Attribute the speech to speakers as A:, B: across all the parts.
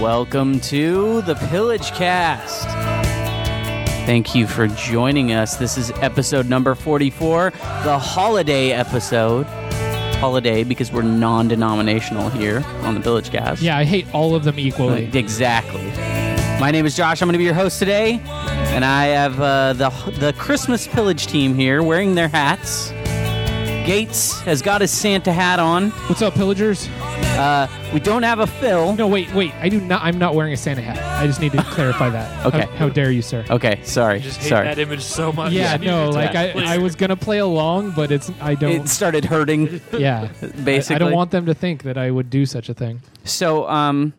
A: Welcome to the Pillage Cast. Thank you for joining us. This is episode number 44, the holiday episode. Holiday because we're non denominational here on the Pillage Cast.
B: Yeah, I hate all of them equally.
A: Exactly. My name is Josh. I'm going to be your host today, and I have uh, the the Christmas Pillage team here wearing their hats. Gates has got his Santa hat on.
B: What's up, pillagers?
A: Uh, we don't have a Phil.
B: No, wait, wait. I do not. I'm not wearing a Santa hat. I just need to clarify that.
A: Okay. Oh,
B: How, how dare you, sir?
A: Okay, sorry,
C: just hate
A: sorry.
C: that image so much.
B: Yeah, no. Like I,
C: Please.
B: I was gonna play along, but it's. I don't.
A: It started hurting.
B: yeah.
A: Basically,
B: I don't want them to think that I would do such a thing.
A: So, um,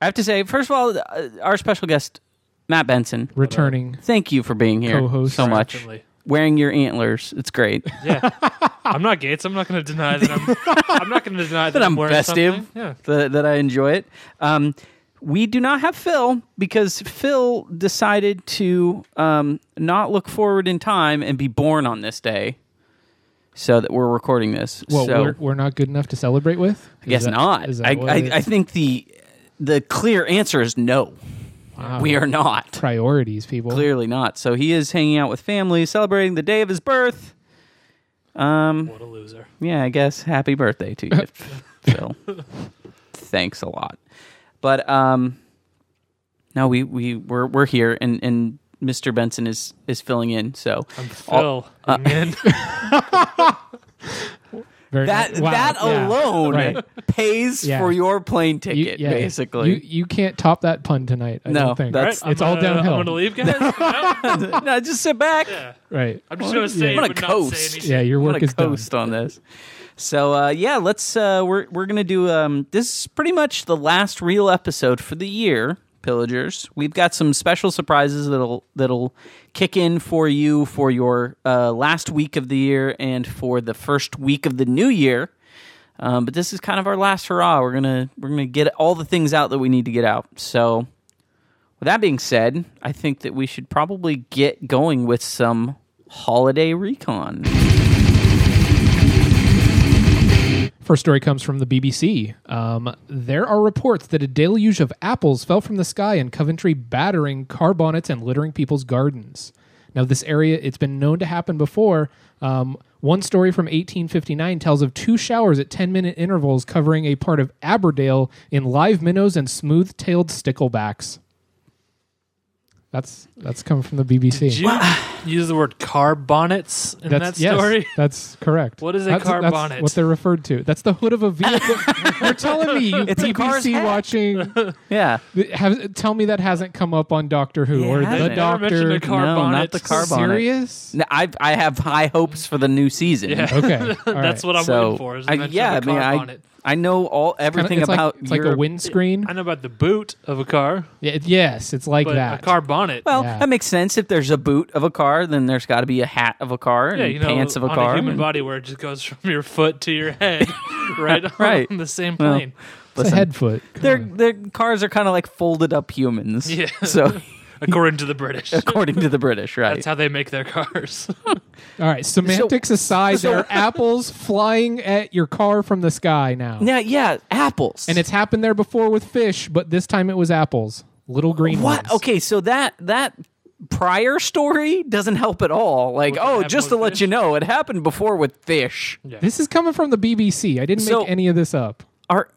A: I have to say, first of all, uh, our special guest, Matt Benson.
B: Returning.
A: Thank you for being here
B: Co-host.
A: so much.
C: Definitely.
A: Wearing your antlers, it's great.
C: Yeah, I'm not Gates. I'm not going to deny that I'm. I'm not going to deny that,
A: that I'm
C: wearing
A: festive,
C: something. Yeah.
A: that, that I enjoy it. Um, we do not have Phil because Phil decided to um, not look forward in time and be born on this day, so that we're recording this.
B: Well,
A: so
B: we're, we're not good enough to celebrate with.
A: I guess not.
B: Is that
A: I,
B: what
A: I,
B: it is?
A: I think the the clear answer is no.
B: Wow.
A: We are not.
B: priorities, people.
A: Clearly not. So he is hanging out with family, celebrating the day of his birth. Um,
C: What a loser.
A: yeah, I guess happy birthday to you, Phil. Thanks a lot. But um, no, we we we're we're here, and and Mr. Benson is is filling in. So
C: I'm Phil.
A: All- uh,
C: man.
B: Very
A: that
B: nice. Wow,
A: that
B: yeah.
A: alone
B: Right.
A: pays
B: Yeah.
A: for your plane
B: You-
A: ticket,
B: yeah,
A: basically.
B: you, you can't top that pun tonight. I
A: No,
B: don't think.
A: that's-
C: All right,
B: it's
C: I'm
B: all
C: gonna-
B: downhill.
C: I'm going to leave, guys. No?
A: no, just sit back.
C: Yeah.
B: Right.
C: I'm just going to say
A: I'm gonna
C: it, but not
A: coast.
C: say anything.
B: Yeah, your
A: I'm
B: work
A: gonna
B: is done.
A: coast on this. So uh, yeah, let's uh, we're we're gonna do um, this is pretty much the last real episode for the year, pillagers. We've got some special surprises that'll that'll kick in for you for your uh, last week of the year and for the first week of the new year. Um, but this is kind of our last hurrah. We're gonna we're gonna get all the things out that we need to get out. So with that being said, I think that we should probably get going with some holiday recon.
B: First story comes from the BBC. Um, there are reports that a deluge of apples fell from the sky in Coventry, battering car bonnets and littering people's gardens. Now, this area, it's been known to happen before. Um, one story from 1859 tells of two showers at 10 minute intervals covering a part of Aberdale in live minnows and smooth tailed sticklebacks. That's that's coming from the BBC.
C: Did you use the word car bonnets in that
B: yes,
C: story?
B: that's correct.
C: What is a
B: that's,
C: car
B: that's
C: bonnet?
B: What they're referred to. That's the hood of a vehicle. You're telling me you
A: It's a car's
B: BBC
A: head.
B: watching.
A: Yeah.
B: Have, tell me that hasn't come up on Doctor Who
A: It
B: or
A: hasn't.
B: the
A: They
C: never mentioned
B: Doctor.
C: a car
A: No, not
C: bonnet.
A: the car bonnet.
B: Serious?
A: No, I I have high hopes for the new season.
C: Yeah.
B: Okay, all right.
C: That's what I'm
A: so
C: waiting for. Is the
A: I-
C: mention
A: yeah, I
C: of a car
A: mean, I,
C: bonnet.
A: I know all everything
B: Kinda- it's
A: about
B: Like, it's like a
A: your-
B: windscreen.
C: I know about the boot of a car,
B: Yeah, yes, it's like
C: but
B: that.
C: a car bonnet.
A: Well,
B: Yeah.
A: that makes sense. If there's a boot of a car, then there's got to be a hat of a car
C: yeah,
A: and
C: you know,
A: pants of a
C: on
A: car.
C: a human
A: and-
C: body where it just goes from your foot to your head, right?
A: Right.
C: On the same
A: Well,
C: plane.
B: it's a
A: Listen,
B: head foot. Come
A: Their
B: on.
A: their cars are kind of like folded up humans.
C: Yeah.
A: So
C: according to the British.
A: according to the British, right?
C: That's how they make their cars.
B: All right. Semantics aside, there are apples flying at your car from the sky now.
A: now, yeah, apples.
B: And it's happened there before with fish, but this time it was apples. Little green
A: What?
B: ones.
A: Okay, so that that prior story doesn't help at all. Like,
C: What
A: oh,
C: happened
A: just to
C: with
A: let
C: fish?
A: you know, it happened before with fish.
B: This is coming from the BBC. I didn't
A: So-
B: make any of this up.
A: Are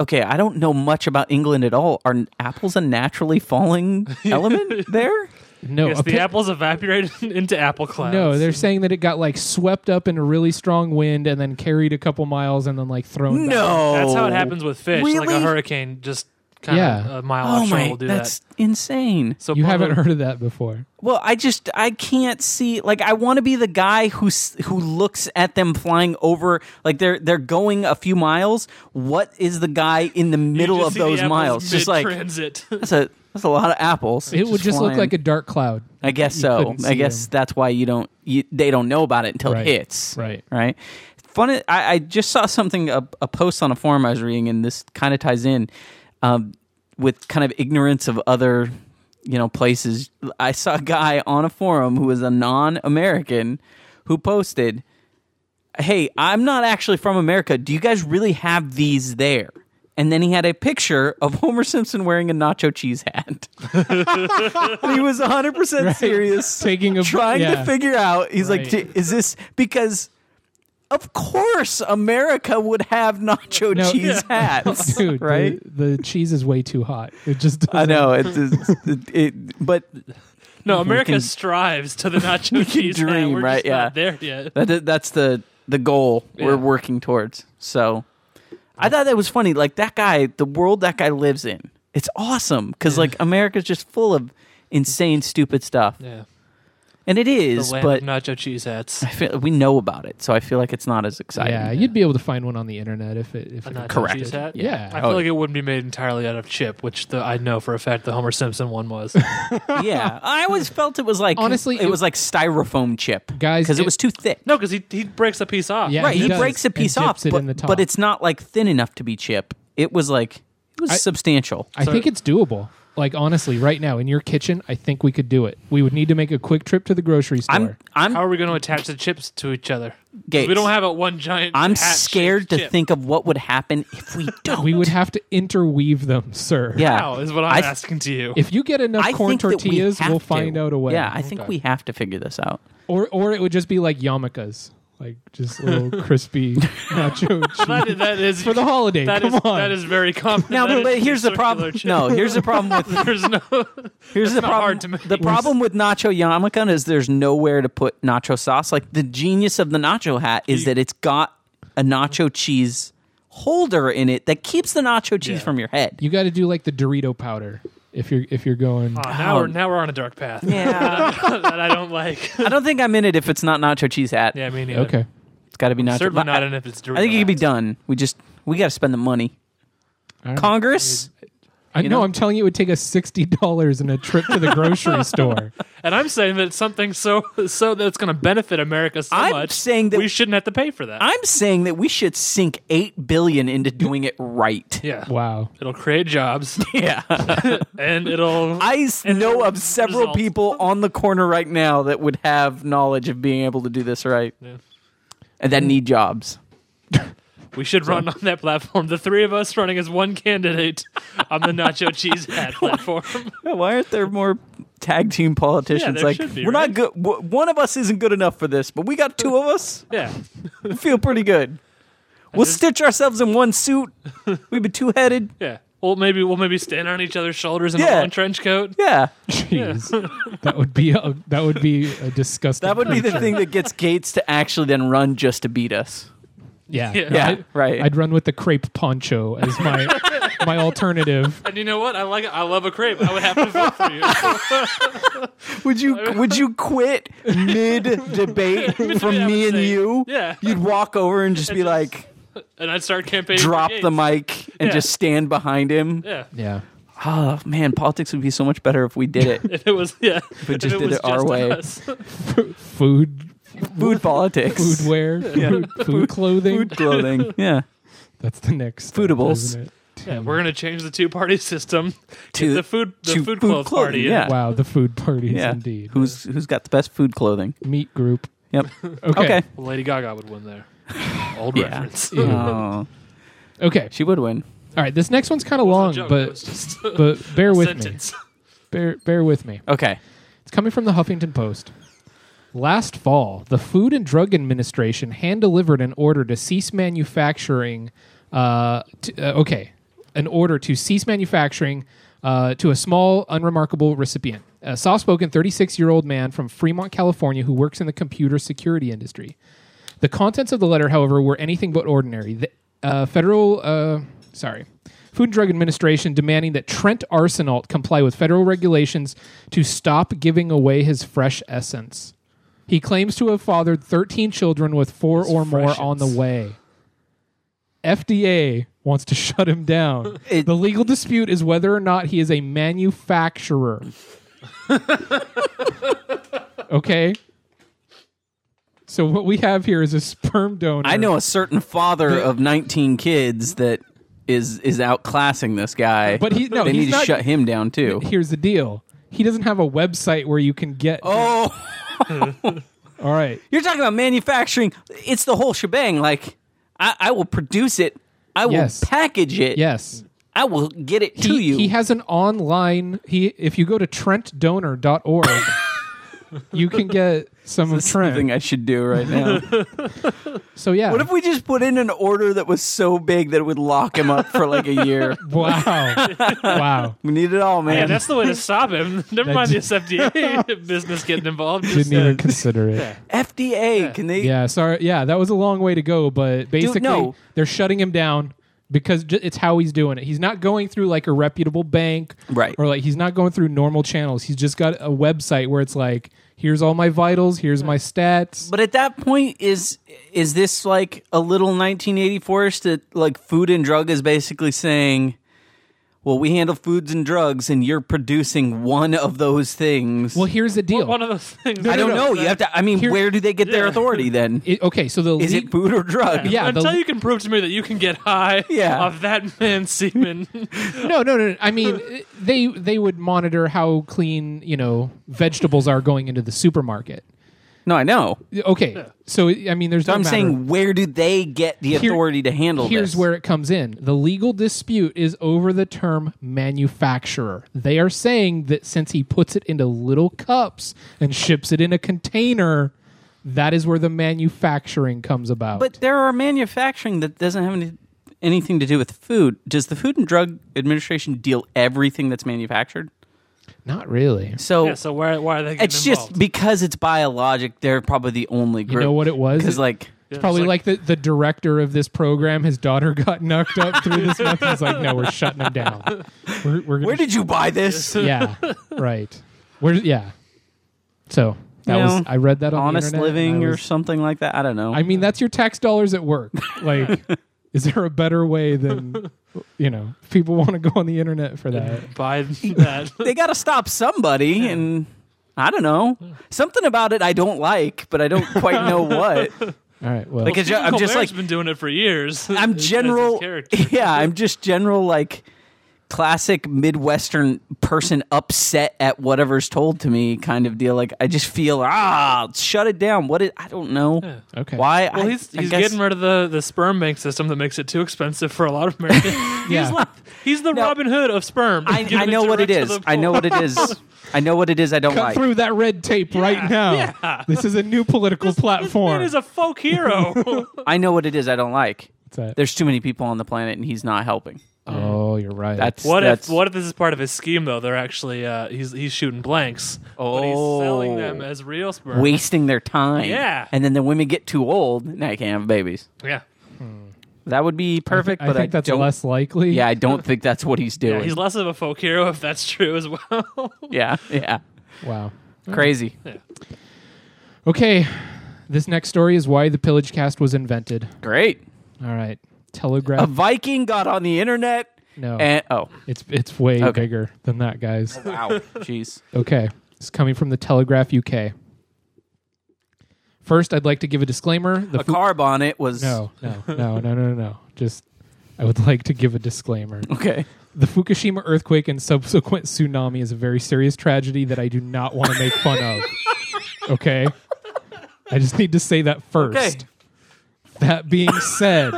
A: okay. I don't know much about England at all. Are apples a naturally falling element there?
B: No,
C: Yes,
B: a
C: the
B: pi-
C: apples evaporated into apple clouds.
B: no, they're saying that it got like swept up in a really strong wind and then carried a couple miles and then like thrown. back.
A: No,
C: that's how it happens with fish. Like
A: Oh. Really?
C: a hurricane, just kind of
B: Yeah.
C: a mile
A: Oh
C: offshore
A: my,
C: will do
A: that's
C: that.
A: insane.
C: So
B: you
C: Paul,
B: haven't heard of that before.
A: Well, I just I can't see. Like, I want to be the guy who s- who looks at them flying over. Like they're they're going a few miles. What is the guy in the
C: you
A: middle
C: just
A: of
C: see the
A: those
C: apples
A: miles? Just like
C: mid-transit.
A: That's a that's a lot of apples.
B: It would just look
A: flying.
B: like a dark cloud.
A: I guess
B: you
A: so.
B: couldn't
A: I
B: see
A: guess
B: them.
A: that's why you don't. You, they don't know about it until
B: Right.
A: it hits.
B: Right.
A: Right. Fun. I, I just saw something a, a post on a forum I was reading, and this kind of ties in um, with kind of ignorance of other you know places. I saw a guy on a forum who was a non-American who posted, "Hey, I'm not actually from America. Do you guys really have these there?" and then he had a picture of Homer Simpson wearing a nacho cheese hat. And he was 100% serious.
B: Taking a-
A: trying
B: yeah.
A: to figure out. He's like,
B: Right.
A: "D- is this because of course America would have nacho
B: No,
A: cheese hats,
B: Dude,
A: right?
B: The, the cheese is way too hot. It just doesn't.
A: I know it, it, it, but
C: No, America strives to the nacho cheese. hat.
A: dream,
C: We're
A: right?
C: Just not
A: Yeah.
C: there yet.
A: That that's the the goal
C: Yeah.
A: we're working towards. So I thought that was funny. Like that guy, the world that guy lives in, it's awesome because like America's just full of insane, stupid stuff,
C: Yeah,
A: and it
C: the
A: is.
C: land
A: But
C: of nacho cheese hats.
A: I feel we know about it, so I feel like it's not as exciting.
B: Yeah, you'd be able to find one on the internet if it if
C: A
B: it
C: nacho
A: Correct.
C: cheese hat.
B: Yeah.
C: I
A: Oh,
C: feel like it wouldn't be made entirely out of chip, which the, I know for a fact the Homer Simpson one was.
A: yeah. I always felt it was like
B: Honestly,
A: it,
B: it-
A: was like styrofoam chip,
B: Guys,
A: because it,
B: it-
A: was too thick.
C: no, because he he breaks a piece off.
B: Yeah.
A: right, he,
B: he does,
A: breaks a
B: and
A: piece
B: dips
A: off,
B: it
A: but,
B: in the
A: but
B: top.
A: it's not like thin enough to be chip. It was like it was
B: I-
A: substantial.
B: I
C: So-
B: think it's doable. Like honestly, right now in your kitchen, I think we could do it. We would need to make a quick trip to the grocery store.
A: I'm I'm
C: How are we going to attach the chips to each other? 'Cause
A: Gates.
C: We don't have a one giant.
A: I'm
C: hat-shaped
A: scared to
C: chip.
A: think of what would happen if we don't.
B: we would have to interweave them, sir.
A: yeah.
C: How is what I'm
A: I th-
C: asking to you.
B: If you get enough
A: I
B: corn
A: think that we
B: tortillas,
A: have
B: will
A: to.
B: find out a way.
A: Yeah, I think we have to figure this out.
B: Or or it would just be like yarmulkes, like just little crispy nacho cheese
C: That is- that is
B: for the holiday.
C: that
B: Come
C: is-
B: on.
C: that is very common.
A: Now,
C: That
A: but,
C: is
A: but here's the
C: circular
A: problem.
C: chip.
A: No, here's the problem with
C: there's no.
A: here's the
C: not
A: problem.
C: hard to make.
A: The problem with nacho yarmulke is there's nowhere to put nacho sauce. Like the genius of the nacho hat is that it's got a nacho cheese holder in it that keeps the nacho cheese
C: Yeah.
A: from your head.
B: you got to do like the Dorito powder if you're if you're going.
A: Oh,
C: Aw, now we're now we're on a dark path
A: Yeah,
C: that I don't like.
A: I don't think I'm in it if it's not nacho cheese hat.
C: Yeah, me neither.
B: okay.
A: It's got to be nacho.
C: Certainly
A: but
C: not
A: I,
C: in if it's Dorito.
A: I think it could be done. We just we got to spend the money.
B: All right.
A: Congress.
B: I know,
A: know?
B: I'm telling you, it would take us sixty dollars and a trip to the grocery store.
C: And I'm saying that it's something so so that's going to benefit America so
A: I'm
C: much.
A: saying that-
C: we shouldn't have to pay for that.
A: I'm saying that we should sink eight billion into doing it right.
C: yeah,
B: Wow.
C: it'll create jobs
A: Yeah,
C: and it'll.
A: I s- know of several
C: results.
A: people on the corner right now that would have knowledge of being able to do this right,
C: Yeah.
A: and that need jobs.
C: we should run on that platform. The three of us running as one candidate on the nacho cheese hat platform.
A: Why aren't there more tag team politicians?
C: there
A: like
C: should be,
A: we're
C: right?
A: not good. W- one of us isn't good enough for this, but we got two of us.
C: yeah,
A: We feel pretty good. We'll stitch ourselves in one suit. We'd be two headed.
C: yeah. Well, maybe we'll maybe stand on each other's shoulders in a
A: Yeah.
C: one trench coat.
A: Yeah,
B: Jeez. that would be a, that would be a disgusting.
A: that would be the
B: creature.
A: thing that gets Gates to actually then run just to beat us.
B: Yeah.
C: Yeah.
A: Yeah,
B: I'd,
A: right.
B: I'd run with the crepe poncho as my my alternative.
C: And you know what? I like. it. I love a crepe. I would have to vote for you.
A: Would you would you quit mid debate
C: I
A: from me and
C: would say-
A: you?
C: Yeah.
A: You'd walk over and just be
C: just
A: like
C: And I'd start campaigning. for
A: drop
C: Gates.
A: the mic and
C: Yeah.
A: just stand behind him.
C: Yeah.
B: Yeah.
A: Oh man, politics would be so much better if we did it.
C: If it was yeah.
A: we
C: if
A: just did
C: was
A: it our
C: just
A: way.
C: us.
B: Food,
A: Food politics.
B: food wear, food, food clothing.
A: Food clothing. Yeah.
B: That's the next step,
A: Foodables.
B: isn't it?
C: Yeah, we're gonna change the two party system.
A: To-
C: the food, the
A: to
C: food,
A: food
C: clothes
A: clothing,
C: party.
A: yeah.
B: Wow, the food parties
A: Yeah.
B: indeed.
A: Who's who's got the best food clothing?
B: meat group?
A: Yep.
B: Okay.
A: Okay.
C: Lady Gaga would win there. Old
A: Yeah.
C: reference.
B: Yeah.
A: Oh,
B: Okay.
A: she would win.
B: All right. This next one's kind of
C: The
B: long,
C: joke was
B: but
C: just a
B: but bear with me.
C: sentence.
B: Bear bear with me.
A: Okay.
B: It's coming from the Huffington Post. Last fall, the Food and Drug Administration hand delivered an order to cease manufacturing. Uh, t- uh, okay, an order to cease manufacturing uh, to a small, unremarkable recipient, a soft spoken 36 year old man from Fremont, California, who works in the computer security industry. The contents of the letter, however, were anything but ordinary. The uh, federal, uh, sorry, Food and Drug Administration demanding that Trent Arsenault comply with federal regulations to stop giving away his fresh essence. He claims to have fathered 13 children with four or more on the
C: freshets.
B: way. FDA wants to shut him down.
A: It-
B: the legal dispute is whether or not he is a manufacturer. okay? So what we have here is a sperm donor.
A: I know a certain father of 19 kids that is is outclassing this guy.
B: But he- no,
A: they
B: he's
A: need to
B: not-
A: shut him down too.
B: Here's the deal. He doesn't have a website where you can get
A: Oh.
B: All right.
A: You're talking about manufacturing. It's the whole shebang. Like, I, I will produce it I will
B: Yes.
A: package it.
B: Yes.
A: I will get it to
B: he,
A: you.
B: he has an online he if you go to trentdonor.org you can get some of
A: That's something
B: Trent.
A: I should do right now.
B: So yeah.
A: what if we just put in an order that was so big that it would lock him up for like a year?
B: wow. wow.
A: We need it all, man.
C: Yeah, that's the way to stop him. Never mind this FDA business getting involved. Just,
B: Didn't even
C: uh,
B: consider it.
A: FDA. Can they?
B: Yeah, sorry. Yeah, that was a long way to go, but basically
A: no.
B: they're shutting him down because j- it's how he's doing it. He's not going through like a reputable bank,
A: Right.
B: Or like he's not going through normal channels. He's just got a website where it's like, here's all my vitals, here's my stats.
A: But at that point, is is this like a little 1984ish that like Food and Drug is basically saying, "Well, we handle foods and drugs, and you're producing one of those things."
B: Well, here's the deal.
C: one of those things.
A: I don't know. You have to. I mean,
B: Here-
A: where do they get their authority then?
B: It- okay, so the
A: Is
B: league,
A: it food or drug?
B: Yeah, the-
C: Until you can prove to me that you can get high
A: Yeah.
C: off that man's semen.
B: no, no, no. no. I mean, eh, they they would monitor how clean you know vegetables are going into the supermarket.
A: No, I know.
B: Okay, so I mean, there's no
A: I'm
B: matter-
A: saying, where do they get the
B: Here-
A: authority to handle
B: Here's
A: this?
B: where it comes in. The legal dispute is over the term manufacturer. They are saying that since he puts it into little cups and ships it in a container, that is where the manufacturing comes about.
A: But there are manufacturing that doesn't have any, anything to do with food. Does the Food and Drug Administration deal everything that's manufactured?
B: not really.
A: So,
C: yeah, so why, why are they getting
A: it's
C: involved?
A: just because it's biologic. They're probably the only group.
B: know what it was?
A: Because like,
B: It's probably
C: it's
B: like, the, the director of this program, his daughter got knocked up through this month. He's like, no, we're shutting him down. We're, we're
A: where
B: gonna,
A: did you buy this?
B: yeah, right. Where, yeah. So that
A: You
B: was
A: know,
B: I read that on the
A: Honest
B: internet, and I
A: living or
B: was-
A: something like that. I don't know.
B: I mean, that's your tax dollars at work. Like, is there a better way than, you know, people want to go on the internet for that?
C: Buy that.
A: they got to stop somebody, and I don't know something about it. I don't like, but I don't quite know what.
B: All right. Well,
A: Like, it's- I'm just
C: Colbert's
A: like
C: been doing it for years.
A: I'm
C: That's his
A: general.
C: character.
A: Yeah, I'm just general like classic Midwestern person upset at whatever's told to me kind of deal. Like I just feel ah, shut it down. What it, I don't know.
B: Okay.
A: Why?
C: Well,
A: I-
C: he's,
A: I
C: he's
A: guess-
C: getting rid of the, the sperm bank system that makes it too expensive for a lot of Americans.
B: Yeah.
C: he's, like, he's the
A: No.
C: Robin Hood of sperm.
A: I,
C: Giving
A: I know what it
C: direct to
A: is.
C: the
A: I know
C: poor.
A: what it is. I know what it is. I don't
B: cut
A: like.
B: through that red tape right now. This is a new political platform.
C: Man is a folk hero.
A: I know what it is. I don't like.
B: What's that?
A: There's too many people on the planet, and he's not helping.
B: oh, you're right.
A: That's
C: What
A: that's,
C: if what if this is part of his scheme though? They're actually uh, he's he's shooting blanks, but he's selling them
A: Oh.
C: as real sperm.
A: wasting their time.
C: Yeah.
A: and then the women get too old. Now you can't have babies.
C: yeah.
A: That would be perfect,
B: I
A: but
B: think that's
A: don't.
B: less likely.
A: Yeah, I don't think that's what he's
C: yeah,
A: doing.
C: he's less of a folk hero if that's true as well.
A: Yeah, yeah.
B: Wow.
A: Crazy.
B: Okay. This next story is why the pillage cast was invented.
A: Great.
B: All right.
A: A
B: Telegraph.
A: Viking got on the internet
B: no.
A: Um, and oh
B: it's it's way
A: Okay.
B: bigger than that, guys.
A: wow, jeez.
B: Okay. It's coming from the Telegraph UK. First, I'd like to give a disclaimer. The
A: A
B: fo-
A: carb on it was
B: No, no, no, no, no, no. Just, I would like to give a disclaimer.
A: okay.
B: The Fukushima earthquake and subsequent tsunami is a very serious tragedy that I do not want to make fun of. Okay? I just need to say that first.
A: Okay.
B: That being said,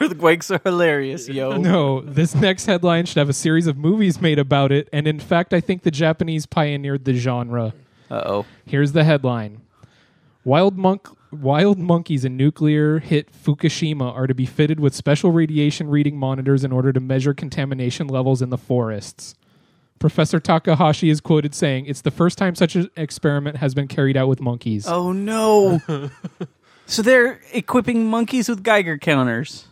A: Earthquakes are hilarious, yo.
B: no, this next headline should have a series of movies made about it. And in fact, I think the Japanese pioneered the genre.
A: Uh oh.
B: Here's the headline: Wild monk, wild monkeys in nuclear hit Fukushima are to be fitted with special radiation reading monitors in order to measure contamination levels in the forests. Professor Takahashi is quoted saying, "It's the first time such an experiment has been carried out with monkeys.
A: Oh no. so they're equipping monkeys with Geiger counters.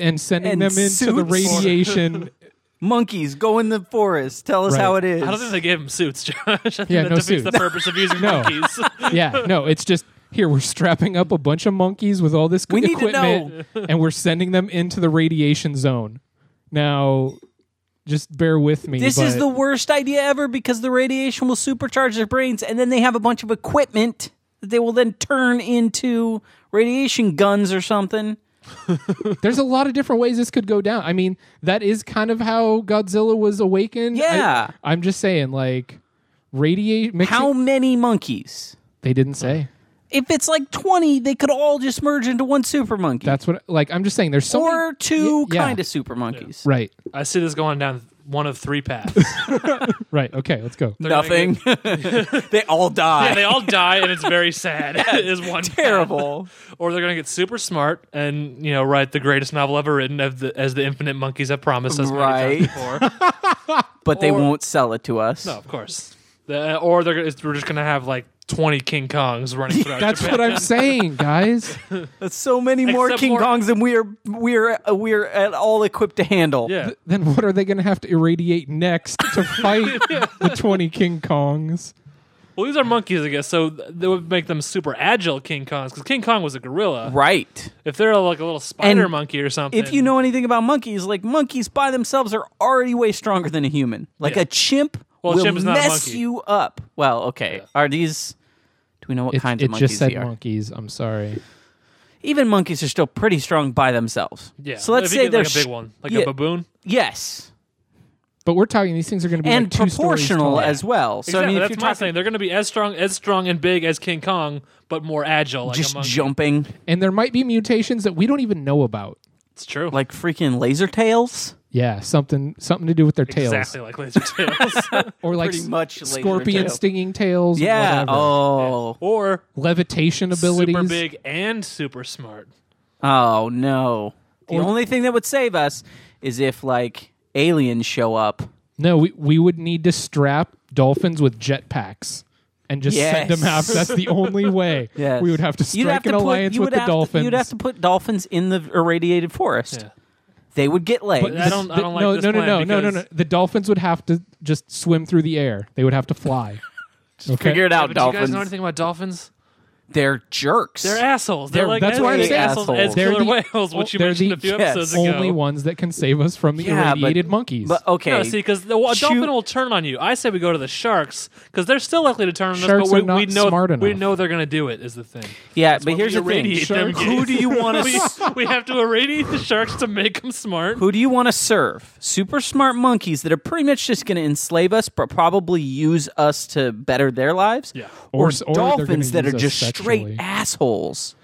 B: and sending
A: and
B: them into the
A: suits.
B: radiation.
A: Monkeys, go in the forest. Tell us
B: Right.
A: how it is.
C: I don't think they gave him suits, Josh. I think
B: Yeah,
C: that
B: no
C: defeats
B: suits.
C: the purpose of using
B: No.
C: monkeys.
B: yeah, no, it's just." Here we're strapping up a bunch of monkeys with all this
A: We need to
B: equipment, and we're sending them into the radiation zone. Now, just bear with me.
A: this is
B: but-
A: the worst idea ever because the radiation will supercharge their brains, and then they have a bunch of equipment that they will then turn into radiation guns or something.
B: There's a lot of different ways this could go down. I mean, that is kind of how Godzilla was awakened.
A: Yeah.
B: I, am just saying, like, radiate. Mixing,
A: How many monkeys?
B: they didn't say?
A: if it's like 20, they could all just merge into one super monkey.
B: That's what like I'm just saying. There's so many,
A: or two
B: yeah.
A: kind of super monkeys.
B: right,
C: I see this going down one of three paths.
B: right. Okay, let's go.
A: Nothing. they all die.
C: yeah, they all die, and it's very sad. is one path.
A: Terrible.
C: or they're gonna get super smart and you know write the greatest novel ever written of the, as the infinite monkeys have promised us many times before.
A: But they won't sell it to us.
C: no, of course. The- uh, or they're gonna, we're just gonna have like twenty King Kongs running throughout.
B: That's
C: Japan.
B: what I'm saying, guys.
A: That's so many more
C: Except
A: King
C: for-
A: Kongs than we are we are uh, we are at all equipped to handle.
C: Yeah.
B: then what are they going to have to irradiate next to fight the 20 King Kongs?
C: Well, these are monkeys, I guess. So th- that would make them super agile King Kongs because King Kong was a gorilla.
A: Right.
C: If they're like a little spider
A: And
C: monkey or something,
A: If you know anything about monkeys, like monkeys by themselves are already way stronger than a human. Like
C: Yeah.
A: a chimp
C: Well, a
A: will
C: chimp is not a
A: mess
C: monkey.
A: you up. Well, okay. Are these do we know what
B: It,
A: kinds
B: it
A: of monkeys
B: just said
A: they are?
B: monkeys. I'm sorry.
A: Even monkeys are still pretty strong by themselves.
C: yeah.
A: So let's
C: if
A: say
C: you get,
A: they're
C: like a big
A: sh-
C: one, like
A: yeah.
C: a baboon.
A: Yes.
B: But we're talking these things are going to be
A: And
B: like two stories
A: proportional
B: tall.
A: as well. So I mean if
C: Exactly, that's
A: you're
C: my
A: talking
C: thing. They're going to be as strong, as strong and big as King Kong, but more agile. Like a
A: just
C: monkey.
A: jumping
B: and there might be mutations that we don't even know about.
C: It's true.
A: like freaking laser tails.
B: Yeah, something something to do with their tails
C: exactly like laser tails,
B: or like
A: Pretty
B: s-
A: much laser
B: scorpion
A: tail.
B: stinging tails.
A: Yeah.
B: whatever.
A: Oh.
C: or
B: levitation abilities.
C: super big and super smart.
A: Oh no. The only thing that would save us is if like aliens show up.
B: No, we we would need to strap dolphins with jetpacks and just send them out.
A: Yes.
B: That's the only way.
A: Yes.
B: We would have to
A: You'd
B: strike
A: have to
B: an
A: put,
B: alliance
A: you
B: with
A: would
B: the
A: have
B: dolphins.
A: To, you'd have to put dolphins in the irradiated forest.
C: Yeah.
A: They would get legs.
C: But I don't. I
B: The-
C: don't like
B: no,
C: this
B: no, no,
C: plan
B: no, no, no, no.
C: because-
B: The dolphins would have to just swim through the air. They would have to fly. okay.
A: figure it out,
C: Yeah, but do you
A: dolphins.
C: guys know anything about dolphins?
A: They're jerks.
C: They're assholes. They're,
A: They're-
C: like
B: that's
C: as
B: why I'm
C: big
B: saying-
C: assholes as
A: assholes.
B: They're
C: killer
B: the-
C: whales, which you
B: they're
C: mentioned
B: the-
C: a few
A: yes,
C: episodes ago.
B: Only ones that can save us from the
A: Yeah, but-
B: irradiated monkeys.
A: but uh, okay.
C: No, see, because the a
A: Shoot.
C: dolphin will turn on you. I say we go to the sharks because they're still likely to turn on
B: Sharks
C: us. But we,
B: are not
C: we know
B: smart
C: we
B: enough.
C: know they're going to do it. Is the thing.
A: yeah, but here's
C: we
A: the thing.
C: irradiate them
B: Sharks.
C: gays.
A: Who do you want
C: we,
A: to
C: we have to irradiate the sharks to make them smart.
A: Who do you want to serve? Super smart monkeys that are pretty much just going to enslave us, but probably use us to better their lives.
C: Yeah.
B: Or-
A: Or,
B: or they're
A: dolphins
B: gonna
A: that are
B: use us
A: just
B: sexually.
A: straight assholes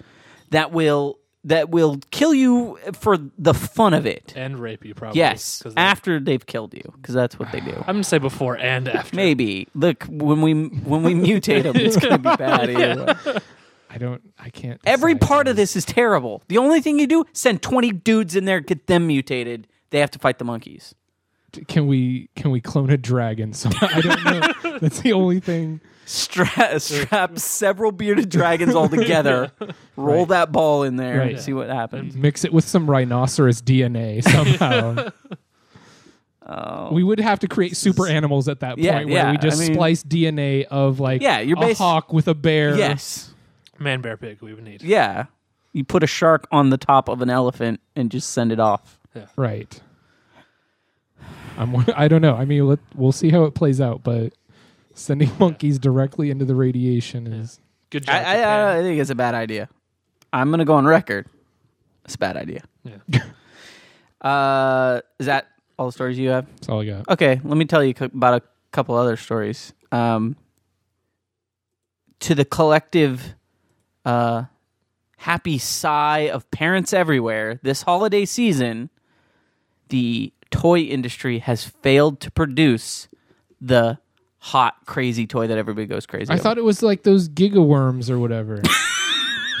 A: that will that will kill you for the fun of it.
C: and rape you probably.
A: yes,
C: 'cause they-
A: after they've killed you, because that's what they do.
C: I'm going to say before and after.
A: Maybe look when we when we mutate them, it's going to be bad. either way.
B: I don't. I can't.
A: Every
B: decide.
A: part of this is terrible. The only thing you do send twenty dudes in there, get them mutated. They have to fight the monkeys.
B: Can we can we clone a dragon? Somehow? I don't know. That's the only thing.
A: Stra- strap several bearded dragons all together, roll that ball in there, and
B: Right.
A: see what happens.
B: Mix it with some rhinoceros DNA somehow. We would have to create super animals at that point
A: Oh. Yeah,
B: where
A: yeah,
B: we just
A: I mean-
B: splice DNA of like
A: Yeah, you're
B: a
A: basi-
B: hawk with a bear.
A: Yes,
C: Man, bear, pig, we would need.
A: yeah. You put a shark on the top of an elephant and just send it off.
B: Right. I'm. I don't know. I mean, let, we'll see how it plays out, but sending monkeys directly into the radiation is
C: Good job.
A: I, uh,
C: Japan.
A: I, I think it's a bad idea. I'm gonna go on record. It's a bad idea.
C: Yeah.
A: Uh, is that all the stories you have?
B: that's all I got.
A: Okay, let me tell you cou- about a couple other stories. Um, to the collective uh, happy sigh of parents everywhere, this holiday season, the toy industry has failed to produce the hot, crazy toy that everybody goes crazy.
B: I
A: over.
B: thought it was like those gigaworms or whatever.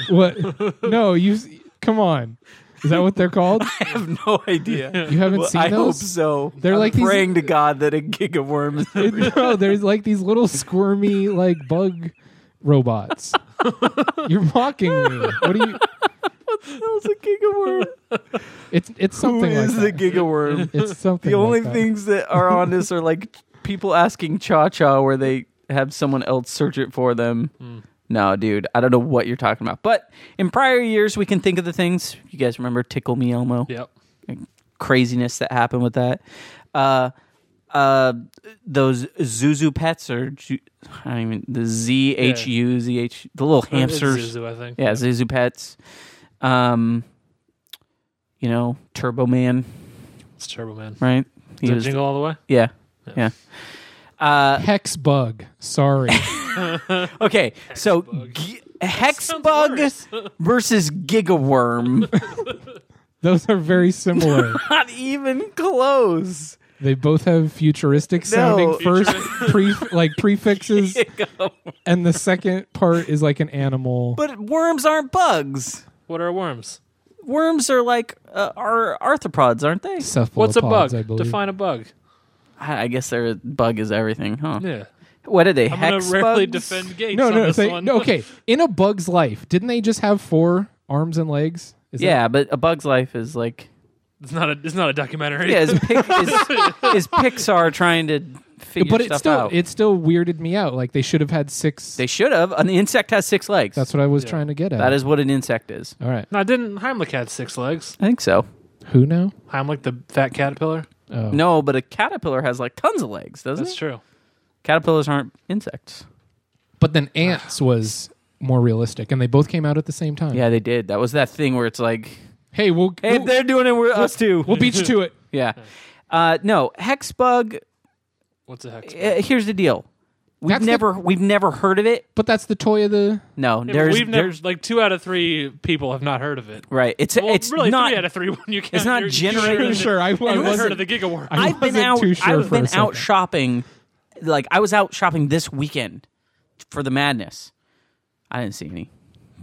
B: what? No, you. s- Come on. Is that what they're called?
A: I have no idea.
B: You haven't
A: Well,
B: seen
A: I hope
B: those?
A: so.
B: They're
A: I'm
B: like these-
A: praying to God that a gigaworm is
B: no, there's like these little squirmy like bug robots. You're mocking me. What do you?
A: How's a gigaworm.
B: It's it's
A: Who
B: something
A: is
B: like that.
A: the gigaworm?
B: it's something.
A: The only
B: like that.
A: things that are on this are like people asking Cha Cha where they have someone else search it for them.
C: Hmm.
A: No, dude, I don't know what you're talking about. But in prior years, we can think of the things. You guys remember Tickle Me Elmo?
C: Yep.
A: Craziness that happened with that. Uh, uh, those Zuzu pets or Ju- I don't even the Z H U Z H the little hamsters.
C: It's Zuzu, I think.
A: Yeah, Zuzu pets. Um, you know, Turbo Man,
C: It's Turbo Man.
A: right? He
C: Does it
A: was-
C: jingle all the way?
A: yeah. Yeah. Uh,
B: Hex bug. Sorry.
A: okay. So, g- hex bug
C: worse.
A: versus gigaworm.
B: Those are very similar.
A: Not even close.
B: they both have futuristic sounding
A: No.
B: first pre like prefixes, and the second part is like an animal.
A: But worms aren't bugs.
C: What are worms?
A: Worms are like uh, are arthropods, aren't they?
C: What's a bug?
B: Cephalopods, I believe.
C: Define a bug.
A: I I guess their bug is everything, huh?
C: Yeah.
A: What are they?
C: I'm gonna
A: hex
C: rarely
A: bugs?
C: defend Gates
B: no,
C: on
B: no,
C: this
B: they-
C: one.
B: no. Okay, in a bug's life, didn't they just have four arms and legs? Is that-
A: Yeah, but a bug's life is like
C: It's not a it's not a documentary.
A: yeah, is, Pic- is, is Pixar trying to figure
B: but it
A: stuff
B: still
A: out?
B: it still weirded me out. Like they should have had six.
A: they should have. An insect has six legs.
B: that's what I was trying to get at.
A: that is what an insect is.
B: all right.
C: No, didn't Heimlich had six legs?
A: I think so.
B: Who now?
C: Heimlich the fat caterpillar?
B: Oh.
A: No, but a caterpillar has like tons of legs, doesn't
C: That's
A: it?
C: true.
A: Caterpillars aren't insects.
B: But then ants was more realistic, and they both came out at the same time.
A: Yeah, they did. That was that thing where it's like,
B: Hey, we'll
A: hey,
B: we'll,
A: they're doing it with us too.
B: we'll beat you to it.
A: yeah. Uh, no, hex bug.
C: What's a hex?
A: Uh, here's the deal. We've
B: That's the-
A: never we've never heard of it.
B: But that's the toy of the.
A: No,
C: Yeah, but
A: there's
C: we've never
A: there's
C: like two out of three people have not heard of it.
A: right. It's
C: Well,
A: it's
C: really
A: not
C: three out of three when you count.
A: it's not
C: you're-
A: generated-
C: You're
B: Sure, I- I
C: you haven't
B: wasn't-
C: heard of the gigaworm.
B: I-
A: I've been
B: wasn't
A: out.
B: too sure
A: I've
B: for a
A: been out
B: second.
A: shopping. Like I was out shopping this weekend for the madness. I didn't see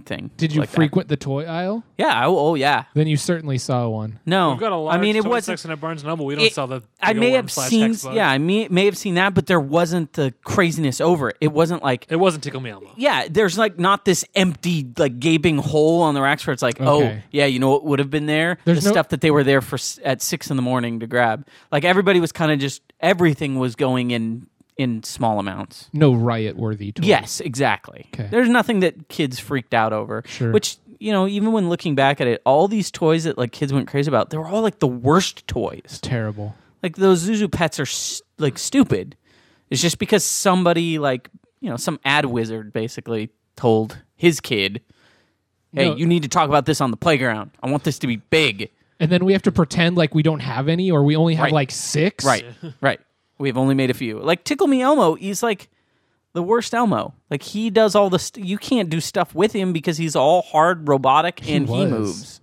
A: anything.
B: Did you
A: like that.
B: frequent the toy aisle?
A: Yeah. Oh, oh, yeah.
B: Then you certainly saw one.
A: No.
C: We've got a large
A: I mean, it
C: toy
A: wasn't.
C: section at Barnes and Noble. We don't
A: it-
C: sell the.
A: I may
C: gigaworm
A: have
C: slash
A: seen.
C: hex bug.
A: Yeah, I may, may have seen that, but there wasn't the craziness over it. It wasn't like.
C: It wasn't Tickle Me Elmo.
A: Yeah, there's like not this empty, like gaping hole on the racks where it's like, oh,
B: Okay.
A: yeah, you know what would have been there?
B: There's
A: the
B: no-
A: stuff that they were there for s- at six in the morning to grab. Like everybody was kind of just everything was going in in small amounts.
B: No riot worthy toy.
A: Yes, exactly.
B: Okay.
A: There's nothing that kids freaked out over.
B: Sure.
A: Which, you know, even when looking back at it, all these toys that like kids went crazy about, they were all like the worst toys.
B: Terrible.
A: Like those Zuzu pets are s
B: Mm.
A: like stupid. It's just because somebody like, you know, some ad wizard basically told his kid, "Hey,
B: No.
A: you need to talk about this on the playground. I want this to be big."
B: And then we have to pretend like we don't have any, or we only have
A: Right.
B: like six.
A: Right. right. We've only made a few. Like Tickle Me Elmo, he's like the worst Elmo. Like he does all the st- you can't do stuff with him because he's all hard robotic and he
B: was.
A: moves.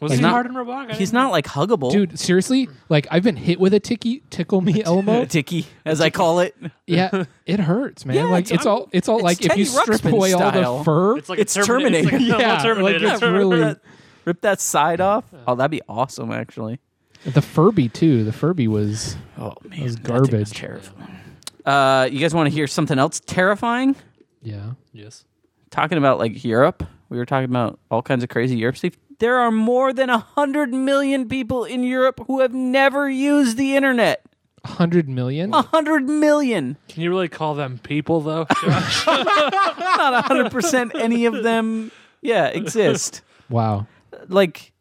C: Was he
A: not-
C: hard and robotic? I
A: He's
C: didn't-
A: not like huggable.
B: Dude, seriously? Like I've been hit with a ticky tickle me Elmo.
A: Ticky, as I call it.
B: yeah, it hurts, man.
A: Yeah,
B: like
A: it's-
B: it's, all it's all
A: it's
B: like if
A: Teddy
B: you strip
A: Ruxpin
B: away all
A: style.
B: the fur,
C: It's like
A: It's
C: a Terminator. It's
A: Terminator.
C: like a
B: Yeah,
C: normal
B: like,
C: Terminator.
B: it's really-
A: Rip that- rip that side off. Oh, that'd be awesome actually.
B: the Furby too. The Furby was
A: Oh man,
B: was
A: that thing was
B: garbage.
A: terrifying. Uh, you guys want to hear something else terrifying?
B: yeah.
C: Yes.
A: Talking about like Europe, we were talking about all kinds of crazy Europe stuff. There are more than hundred million people in Europe who have never used the internet.
B: Hundred million.
A: hundred million,
C: Can you really call them people though?
A: not hundred percent. Any of them, yeah, exist.
B: Wow.
A: Like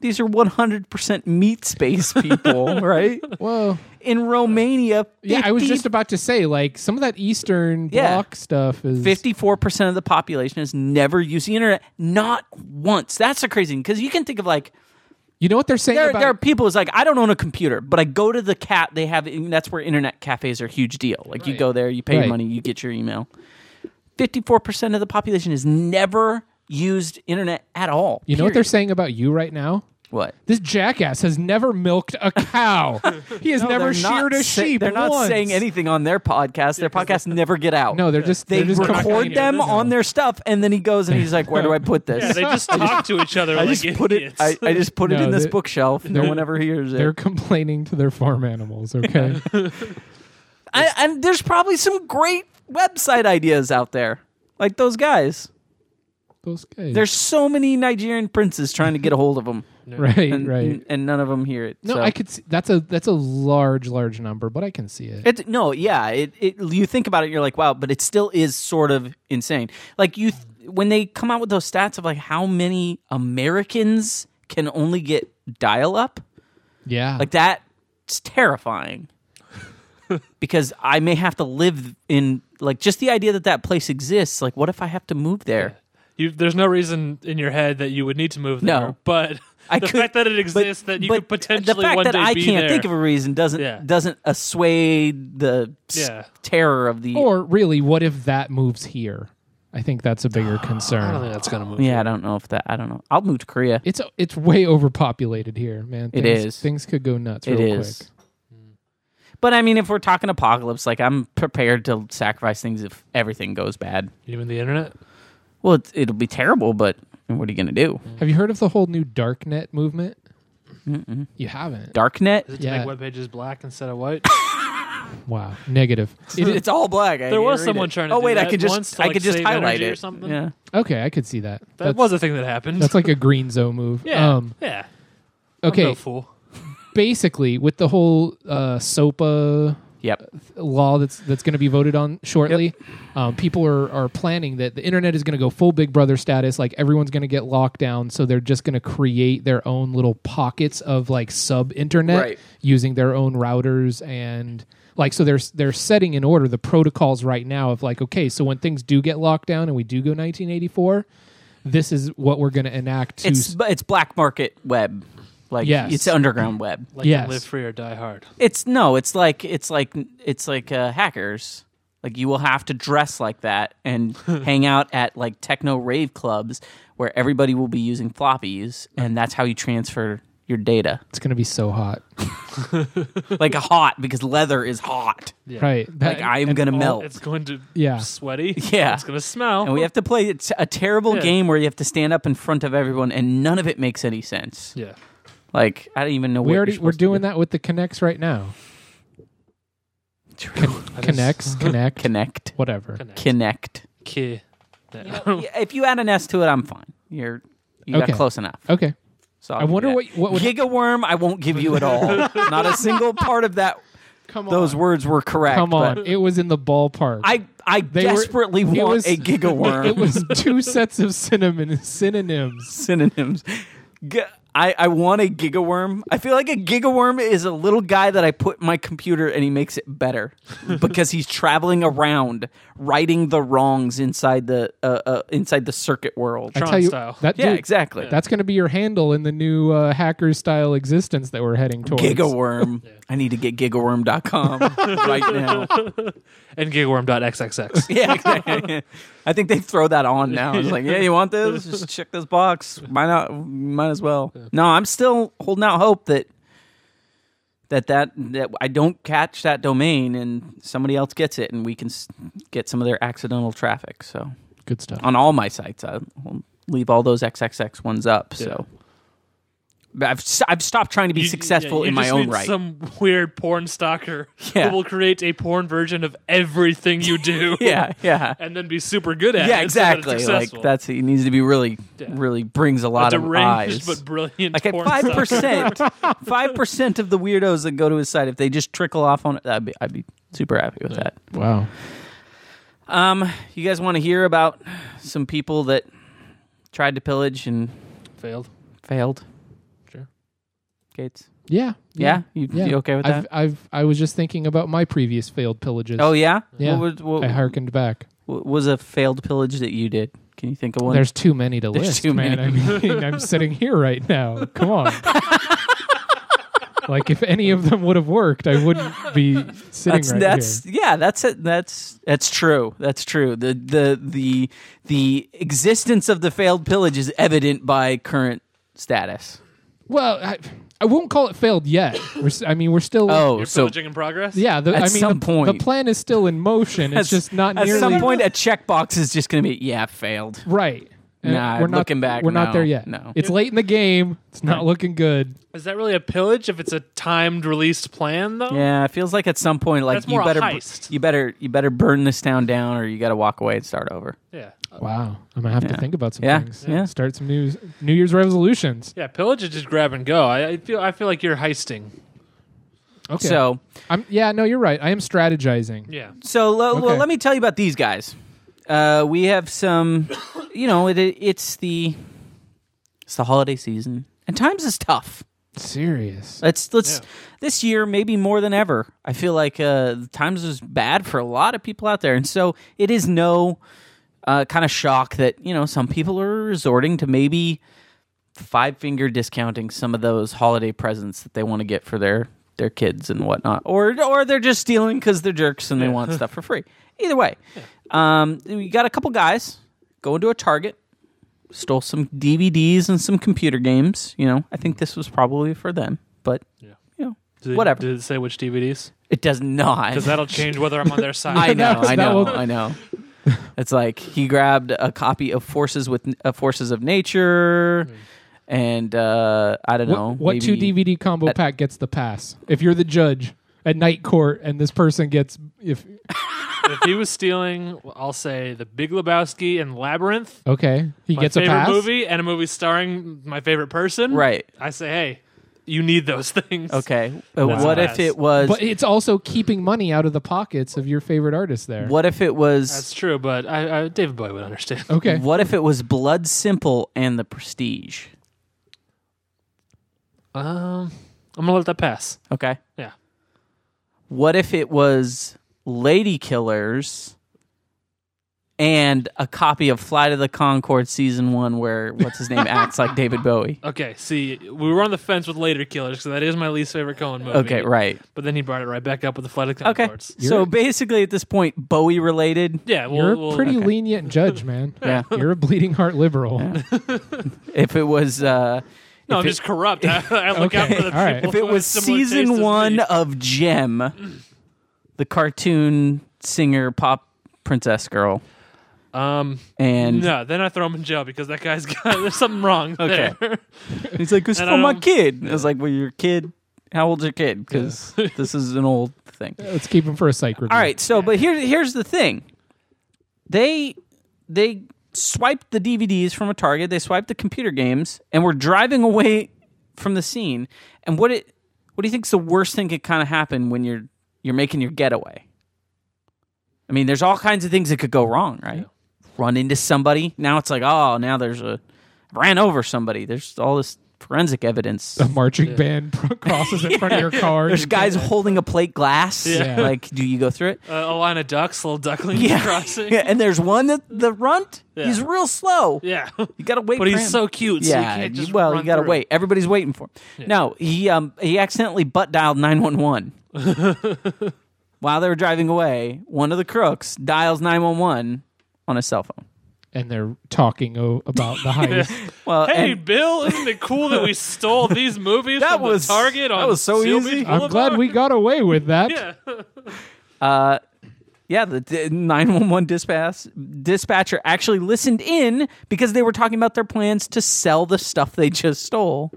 A: these are one hundred percent meat space people, right?
B: Whoa.
A: In Romania, 50,
B: Yeah, I was just about to say, like, some of that Eastern
A: Yeah.
B: block stuff is
A: Fifty-four percent of the population has never used the internet, not once. That's the crazy because you can think of like
B: You know what they're saying
A: there,
B: about
A: there are people who's like I don't own a computer, but I go to the cat they have. and That's where internet cafes are a huge deal. Like you go there, you pay your
B: Right.
A: money, you get your email. Fifty-four percent of the population has never used internet at all.
B: You know what they're
A: period.
B: saying about you right now?
A: what?
B: This jackass has never milked a cow. he has never
A: They're not
B: sheared a
A: say-
B: sheep.
A: They're not
B: once.
A: saying anything on their podcast. Their podcasts never get out.
B: No, they're just
A: they
B: they're just
A: record
B: complaining.
A: them on their stuff, and then he goes and he's like, "Where do I put this?"
C: yeah, they just talk to each other.
A: I
C: like
A: just put it.
C: idiots.
A: I, I just put it
B: No,
A: in this
B: they're-
A: bookshelf. No
B: they're-
A: one ever hears
B: They're
A: it.
B: complaining to their farm animals. Okay,
A: I, and there's probably some great website ideas out there, like those guys.
B: those guys.
A: There's so many Nigerian princes trying to get a hold of them,
B: right,
A: and,
B: right.
A: and none of them hear it.
B: No,
A: so.
B: I could. See, that's a that's a large, large number, but I can see it.
A: It, no, yeah. It, it you think about it, you're like, wow, but it still is sort of insane. Like you, th- when they come out with those stats of like how many Americans can only get dial up,
B: yeah,
A: like that's terrifying. because I may have to live in like just the idea that that place exists. Like, what if I have to move there?
C: You, there's no reason in your head that you would need to move
A: No.
C: there. But
A: I
C: the
A: could-
C: fact that it
A: but-
C: exists, that you
A: but
C: could potentially
A: the fact
C: one
A: that
C: day
A: I
C: be
A: can't
C: there.
A: think of a reason doesn't
C: Yeah.
A: doesn't assuage the s-
C: Yeah.
A: terror of the
B: or really, what if that moves here? I think that's a bigger
C: I don't
B: concern.
C: think that's gonna move.
A: Yeah, I don't know if that. I don't know. I'll move to Korea.
B: It's it's way overpopulated here, man.
A: It
B: Things,
A: is.
B: Things could go nuts
A: It
B: real
A: is. But I mean, if we're talking apocalypse, like I'm prepared to sacrifice things if everything goes bad.
C: Even the internet.
A: Well, it's, it'll be terrible, but what are you gonna do?
B: quick. Have you heard of the whole new darknet movement? You haven't.
A: Darknet.
C: Is it to
B: Yeah.
C: make web pages black instead of white?
B: wow. Negative.
A: It, it's all black. I
C: There was
A: read
C: someone
A: it.
C: trying to
A: Oh
C: do
A: wait, I
C: that
A: could just
C: once to,
A: I
C: like,
A: could just
C: save
A: highlight
C: energy
A: it.
C: or something.
A: Yeah.
B: Okay, I could see that.
C: That
B: that's,
C: was a thing that happened.
B: that's like a green zone move.
C: yeah,
B: Um,
C: yeah. I'm
B: okay.
C: no fool.
B: basically, with the whole uh, SOPA
A: Yep.
B: law that's that's going to be voted on shortly. Um, people are, are planning that the internet is going to go full Big Brother status. Like everyone's going to get locked down, so they're just going to create their own little pockets of like sub internet
A: Right.
B: using their own routers and like so they're they're setting in order the protocols right now of like okay, so when things do get locked down and we do go 1984, this is what we're going to enact. To
A: It's but it's black market web. Like
B: Yes.
A: it's underground web.
C: Like
B: Yes.
C: live free or die hard.
A: It's no, it's like it's like it's like uh, hackers. Like you will have to dress like that and hang out at like techno rave clubs where everybody will be using floppies, and that's how you transfer your data.
B: it's going to be so hot,
A: Like a hot because leather is hot.
C: Yeah.
B: right?
A: Like I am gonna
C: All-
A: melt.
C: It's going to
B: Yeah.
C: sweaty.
A: Yeah.
C: It's gonna smell.
B: Uh-huh.
A: and we have to play it's a terrible
C: Yeah.
A: game where you have to stand up in front of everyone, and none of it makes any sense.
C: yeah.
A: Like I don't even know.
B: we already we're doing that with the connects right now. Connects, connect,
A: Connect,
B: whatever.
C: Connect.
A: connect.
C: Ki- that-
A: Yeah, if you add an S to it, I'm fine. You're you got
B: Okay.
A: close enough.
B: Okay.
A: So
B: I wonder what what would
A: gigaworm. I won't give you at all. Not a single part of that.
B: come
A: Those
B: on.
A: words were correct.
B: Come
A: but
B: on, it was in the ballpark.
A: I I
B: were-
A: desperately
B: it
A: want
B: was-
A: a gigaworm.
B: it was two sets of cinnamon synonyms.
A: synonyms. G- I, I want a gigaworm. I feel like a gigaworm is a little guy that I put in my computer and he makes it better because he's traveling around righting the wrongs inside the uh, uh, inside the circuit world.
B: I
C: Tron
B: tell you,
C: style.
B: that
A: yeah,
B: dude-
A: exactly.
B: That's going to be your handle in the new uh, hacker style existence that we're heading towards.
A: Gigaworm. I need to get gigaworm.com right now.
C: and gigworm.xxx.
A: Yeah, exactly. I think they throw that on now. It's like, yeah, you want this? Just check this box. Might not, might as well. No, I'm still holding out hope that that that that I don't catch that domain and somebody else gets it, and we can s- get some of their accidental traffic. So
B: Good stuff.
A: on all my sites, I'll leave all those XXX ones up. So. But I've s- I've stopped trying to be
C: You-
A: successful
C: yeah, you
A: in my
C: just
A: own
C: need
A: right.
C: Some weird porn stalker
A: Yeah.
C: who will create a porn version of everything you do.
A: yeah, yeah.
C: And then be super good at
A: Yeah,
C: it. so that it's
A: exactly. Like
C: successful.
A: that's he needs to be really,
C: Yeah.
A: really brings a
C: a
A: lot of eyes.
C: deranged but brilliant.
A: Like at
C: porn
A: five
C: star.
A: percent, five percent of the weirdos that go to his site, if they just trickle off on it, I'd be, I'd be super happy with that.
B: Wow.
A: Um, you guys want to hear about some people that tried to pillage and
C: failed.
A: failed?
C: Sure.
A: Gates.
B: Yeah.
A: Yeah, you, you okay with
B: I've,
A: that?
B: I've I was just thinking about my previous failed pillages.
A: oh yeah.
B: Yeah.
A: What, was, what
B: I hearkened back.
A: what was a failed pillage that you did? Can you think of one?
B: There's too many to
A: There's
B: list.
A: too
B: man.
A: many.
B: I mean, I'm sitting here right now. Come on. like if any of them would have worked, I wouldn't be sitting
A: that's
B: right
A: that's
B: here.
A: yeah that's it that's that's true that's true the the the the existence of the failed pillage is evident by current status
B: Well, I, I won't call it failed yet. We're, s- I mean, we're still.
A: oh
C: You're
A: so
C: pillaging in progress.
B: yeah. The,
A: at
B: I mean,
A: some
B: the,
A: point.
B: the plan is still in motion. It's just not
A: at
B: nearly
A: some point a checkbox is just gonna be yeah failed
B: right. And
A: Nah,
B: we're not,
A: looking back,
B: we're not
A: no,
B: there yet.
A: no.
B: it's late in the game. It's not looking good.
C: Is that really a pillage if it's a timed released plan though?
A: yeah it feels like at some point like
C: That's
A: you
C: more a
A: better bur-
C: heist.
A: you better you better burn this town down or you gotta walk away and start over
C: Yeah.
B: Wow, I'm gonna have to think about some
A: Yeah,
B: things.
A: yeah.
B: Start some new New Year's resolutions.
C: Yeah, pillage is just grab and go. I, I feel I feel like you're heisting.
B: Okay.
A: so
B: I'm yeah, no, you're right. I am strategizing.
C: Yeah.
A: So lo- well,
B: Okay.
A: let me tell you about these guys. Uh, we have some, you know, it, it's the it's the holiday season, and times is tough.
B: Serious.
A: Let's let's
C: Yeah.
A: this year maybe more than ever. I feel like uh, times is bad for a lot of people out there, and so it is no uh, kind of shock that you know some people are resorting to maybe five finger discounting some of those holiday presents that they want to get for their their kids and whatnot, or or they're just stealing because they're jerks and they want stuff for free. Either way, um, we got a couple guys go into a Target, stole some DVDs and some computer games. You know, I
B: Mm.
A: think this was probably for them, but you know,
C: Did it-
A: whatever.
C: Did it say which DVDs?
A: it does not.
C: Because that'll change whether I'm on their side.
A: I know,
B: That
A: I know,
B: will-
A: I know. It's like he grabbed a copy of Forces with uh, Forces of Nature, and uh, I don't know
B: what, what two
A: maybe-
B: DVD combo pack gets the pass? If you're the judge at night court and this person gets if
C: if he was stealing, I'll say The Big Lebowski and Labyrinth.
B: okay, he
C: My
B: gets a
C: favorite
B: pass.
C: movie and a movie starring my favorite person.
A: Right.
C: I say, hey, you need those things.
A: Okay. Uh,
C: That's
A: what
C: nice.
A: if it was?
B: But it's also keeping money out of the pockets of your favorite artist there.
A: what if it
C: That's
A: was?
C: true, but I, I, David Boy would understand.
B: Okay.
A: What if it was Blood Simple and The Prestige?
C: Um, I'm gonna let that pass.
A: Okay.
C: Yeah.
A: What if it was Lady Killers and a copy of Flight of the Concord season one where what's his name acts like David Bowie?
C: Okay. See, we were on the fence with later killers because that is my least favorite Cohen movie.
A: Okay, right.
C: But then he brought it right back up with the flight of
A: Okay.
C: Concords.
A: so basically at this point, Bowie related.
C: Yeah. Well,
B: You're
C: well-
B: a pretty lenient judge, man.
A: Yeah.
B: You're a bleeding heart liberal.
A: If it was uh if
C: No, I'm
A: it-
C: just corrupt. I, I look out
B: Okay,
C: for the people.
B: all right.
A: if it
C: who have
A: was
C: similar tastes as
A: season
C: me.
A: one of Gem, the cartoon singer pop princess girl.
C: Um.
A: And
C: No, then I throw him in jail because that guy's got there's something wrong.
A: Okay.
C: There.
A: he's like, It's
C: And
A: for
C: I
A: my
C: don't-
A: kid. I was like, Well, your kid how old's your kid? Because this is an old thing.
B: Let's keep him for a psych review.
A: All right, so but here's here's the thing. They they swiped the DVDs from a Target, they swiped the computer games, and were driving away from the scene. And what it what do you think's the worst thing could kind of happen when you're you're making your getaway? I mean, there's all kinds of things that could go wrong, right? Run into somebody. Now it's like, oh, now there's a ran over somebody. There's all this forensic evidence.
B: A marching band crosses in front of your car.
A: There's guys holding a plate glass.
B: Yeah.
A: Like, do you go through it?
C: Uh, a line of ducks, little duckling
A: Yeah.
C: crossing.
A: Yeah, and there's one that the runt.
C: Yeah.
A: He's real slow.
C: Yeah.
A: You gotta wait.
C: But
A: for
C: he's
A: him.
C: so cute. so you
A: Yeah.
C: can't just
A: well, you
C: run
A: gotta
C: through.
A: wait. Everybody's waiting for him. No, he um he accidentally butt dialed nine one one. While they were driving away, one of the crooks dials nine one one on his cell phone.
B: and they're talking o- about the heist.
A: Well,
C: Hey,
A: Uh, and
C: Bill, isn't it cool that we stole these movies
A: That
C: from
A: was-
C: the Target
A: that
C: on
A: was so
C: Seal
A: easy.
C: Beach
B: I'm glad
C: Boulevard?
B: we got away with that.
C: Yeah.
A: yeah, the nine one one dispatch dispatcher actually listened in because they were talking about their plans to sell the stuff they just stole.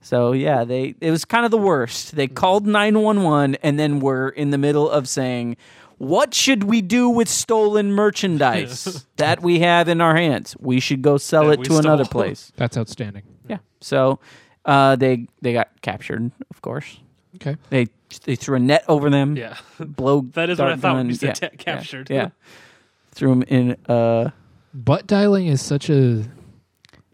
A: So yeah, they it was kind of the worst. They called 911 and then were in the middle of saying, "What should we do with stolen merchandise that we have in our hands? We should go sell
C: That
A: it
C: we
A: to another
C: stole."
A: place."
B: That's outstanding.
A: Yeah. So uh, they they got captured, of course.
B: Okay.
A: They they threw a net over them.
C: Yeah.
A: Blow
C: That is what I
A: dart
C: thought when
A: gun.
C: you said ta- captured.
A: Yeah. Threw him in uh
B: Butt dialing is such a.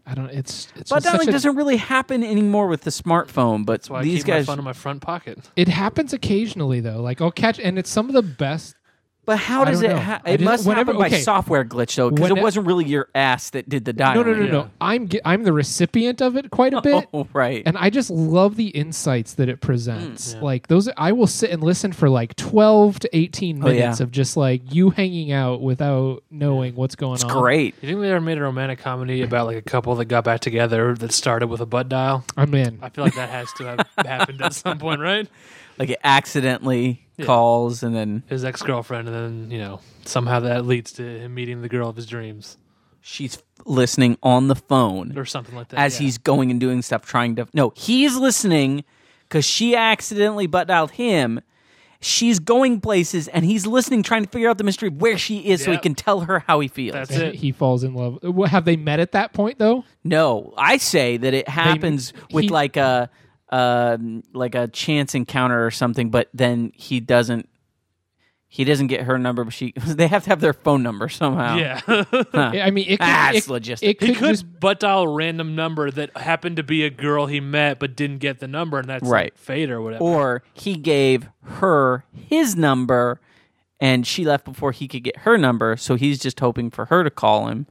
B: I don't. It's. it's
A: Butt
B: just such
A: dialing
B: a-
A: doesn't really happen anymore with the smartphone, but
C: That's why I
A: these
C: keep
A: guys.
C: my phone in my front pocket.
B: It happens occasionally though. Like I'll catch, and it's some of the best.
A: But how
B: I
A: does
B: don't
A: it?
B: know.
A: Ha-
B: I
A: it
B: just-
A: must
B: whenever-
A: happen by
B: okay.
A: software glitch though, because it
B: Whenever-
A: wasn't really your ass that did the
B: No,
A: dialing.
B: no, no,
C: Yeah.
B: no. I'm ge- I'm the recipient of it quite a bit.
A: Oh, right.
B: and I just love the insights that it presents.
A: Mm.
B: Like those, I will sit and listen for like twelve to eighteen
A: Oh, yeah.
B: minutes of just like you hanging out without knowing what's going
A: it's
B: on.
A: great.
C: You think they ever made a romantic comedy about like a couple that got back together that started with a butt dial?
B: I'm in.
C: I feel like that has to have happened at some point, right?
A: Like it accidentally calls and then
C: His ex girlfriend, and then you know somehow that leads to him meeting the girl of his dreams
A: she's listening on the phone
C: or something like that.
A: as
C: yeah.
A: he's going and doing stuff, trying to. No, he's listening because she accidentally butt dialed him. She's going places and he's listening, trying to figure out the mystery of where she is so he
C: Yep.
A: can tell her how he feels.
C: That's
B: And
C: it.
B: he falls in love. What, have they met at that point though?
A: No, I say that it happens with
B: he-
A: like a um like a chance encounter or something, but then he doesn't he doesn't get her number, but she they have to have their phone number somehow.
C: yeah.
B: I mean, it could,
A: Ah,
B: it,
A: it's logistic.
B: It could,
C: He could
B: just
C: butt dial a random number that happened to be a girl he met but didn't get the number, and that's
A: Right.
C: like fate or whatever.
A: Or he gave her his number and she left before he could get her number, so he's just hoping for her to call him.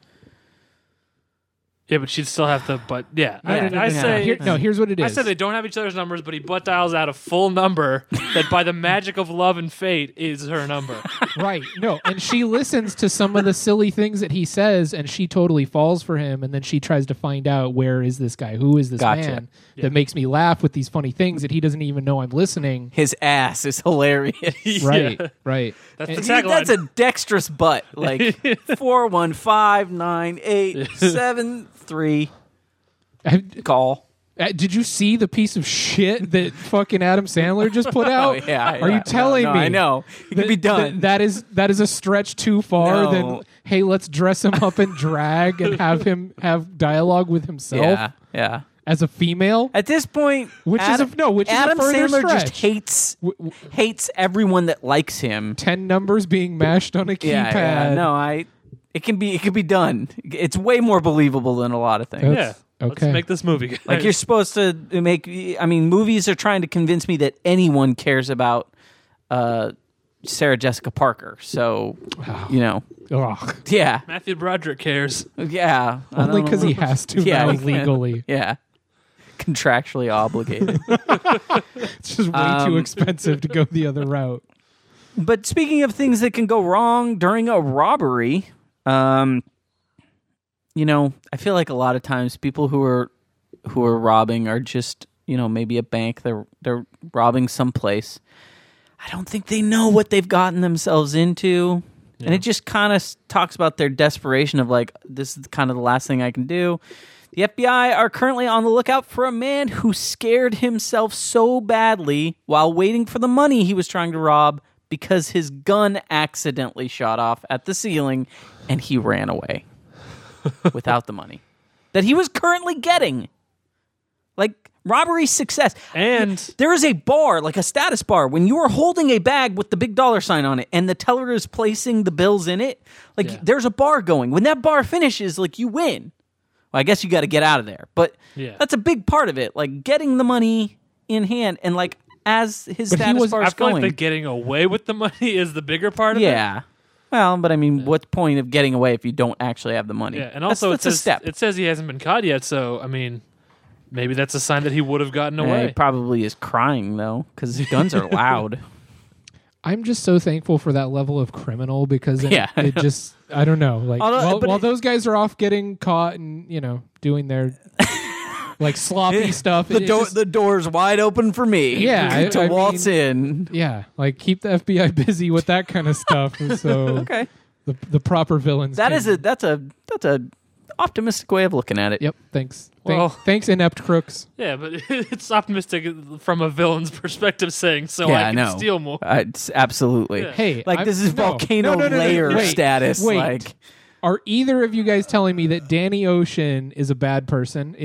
C: Yeah, but she'd still have to. But yeah, I,
A: Yeah.
C: I
A: Yeah.
C: say
B: Here, no, here's what it is.
C: I said they don't have each other's numbers, but he butt dials out a full number that, by the magic of love and fate, is her number.
B: right. No, and she listens to some of the silly things that he says, and she totally falls for him. And then she tries to find out where is this guy? Who is this
A: Gotcha.
B: man that makes me laugh with these funny things that he doesn't even know I'm listening?
A: His ass is hilarious.
B: Right. Right.
C: That's the
B: And-
C: tagline.
A: That's a dexterous butt. Like four one five nine eight seven three.
B: I-
A: Call.
B: Uh, Did you see the piece of shit that fucking Adam Sandler just put
A: Oh
B: out?
A: yeah.
B: Are
A: yeah.
B: you telling
A: No, no,
B: me?
A: I know. It
B: that-
A: could be done.
B: that- that is that is a stretch too far.
A: No.
B: Than hey, let's dress him up in drag and have him have dialogue with himself
A: yeah. Yeah.
B: as a female.
A: At this point,
B: Which is a-
A: Adam,
B: no, which is a
A: Adam
B: further
A: Sandler just
B: stretch.
A: hates
B: W- w-
A: hates everyone that likes him.
B: Ten numbers being mashed on a keypad.
A: Yeah, yeah, no, I. It can be. It can be done. It's way more believable than a lot of things.
C: yeah. Let's
B: Okay.
C: make this movie. Guys.
A: Like you're supposed to make. I mean, movies are trying to convince me that anyone cares about uh, Sarah Jessica Parker. So, you know,
B: Ugh.
A: yeah,
C: Matthew Broderick cares.
A: yeah. I
B: Only
A: don't
B: because he
A: know.
B: has to
A: Yeah,
B: now
A: he can.
B: legally.
A: Yeah, contractually obligated.
B: It's just way too
A: Um,
B: expensive to go the other route.
A: But speaking of things that can go wrong during a robbery, um, you know, I feel like a lot of times people who are who are robbing are just you know maybe a bank they're they're robbing someplace. I don't think they know what they've gotten themselves into, and it just kind of talks about their desperation of like this is kind of the last thing I can do. The FBI are currently on the lookout for a man who scared himself so badly while waiting for the money he was trying to rob because his gun accidentally shot off at the ceiling and he ran away without the money that he was currently getting. Like robbery success.
C: And
A: There is a bar, like a status bar, when you are holding a bag with the big dollar sign on it and the teller is placing the bills in it, like
C: Yeah.
A: there's a bar going. When that bar finishes, like you win. Well, I guess you got to get out of there. But
C: Yeah.
A: that's a big part of it, like getting the money in hand and like as his
B: he
A: status
B: was-
A: bar
C: I
A: is
C: feel
A: going.
C: like the getting away with the money is the bigger part of it.
A: yeah. Well, but I mean, what point of getting away if you don't actually have the money?
C: Yeah, and also
A: that's,
C: it
A: that's
C: says
A: a step.
C: it says he hasn't been caught yet, so I mean, maybe that's a sign that he would have gotten
A: Yeah,
C: away.
A: he probably is crying though, because guns are loud.
B: I'm just so thankful for that level of criminal because it,
A: Yeah.
B: it just I don't know like
A: Although-
B: while,
A: but
B: while
A: it-
B: those guys are off getting caught and you know doing their like sloppy stuff it- it just-
A: the door's wide open for me.
B: Yeah, I- I
A: in.
B: yeah like keep the FBI busy with that kind of stuff and so
A: Okay,
B: the the proper villains
A: that
B: can-
A: is a that's a that's a optimistic way of looking at it.
B: yep thanks Thank-
C: Well-
B: thanks inept crooks
C: Yeah, but it's optimistic from a villain's perspective, saying so
A: Yeah,
C: I
A: I
C: can
A: know.
C: steal more.
A: Uh, it's absolutely.
C: Yeah.
B: hey
A: Like
B: I'm-
A: this is
B: no.
A: volcano
B: No, no, no, no, no.
A: layer
B: Wait,
A: status.
B: wait.
A: Like
B: are either of you guys telling me that Danny Ocean is a bad person
A: he's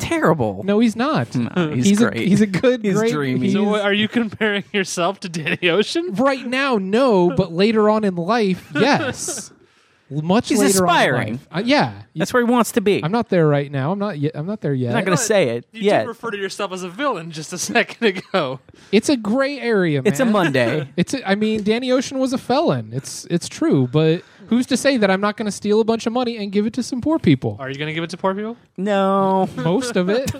A: terrible.
B: no he's not
A: he's
B: a
A: great.
B: he's a good
A: He's
B: great
A: dreamy.
B: he's-
C: So what, are you comparing yourself to Danny Ocean?
B: right now, no, but later on in life, yes. Much
A: He's
B: later on
A: aspiring.
B: in life. Uh, yeah.
A: That's where he wants to be.
B: I'm
A: I'm
B: not there right now. I'm not yet I'm not there yet.
A: not going to
C: But
A: say it
C: You
A: yet.
C: did refer to yourself as a villain just a second ago.
B: it's a gray area, man.
A: it's a Monday.
B: It's a, I mean, Danny Ocean was a felon. It's it's true, but who's to say that I'm not going to steal a bunch of money and give it to some poor people?
C: Are you going to give it to poor people?
A: no
B: Most of it.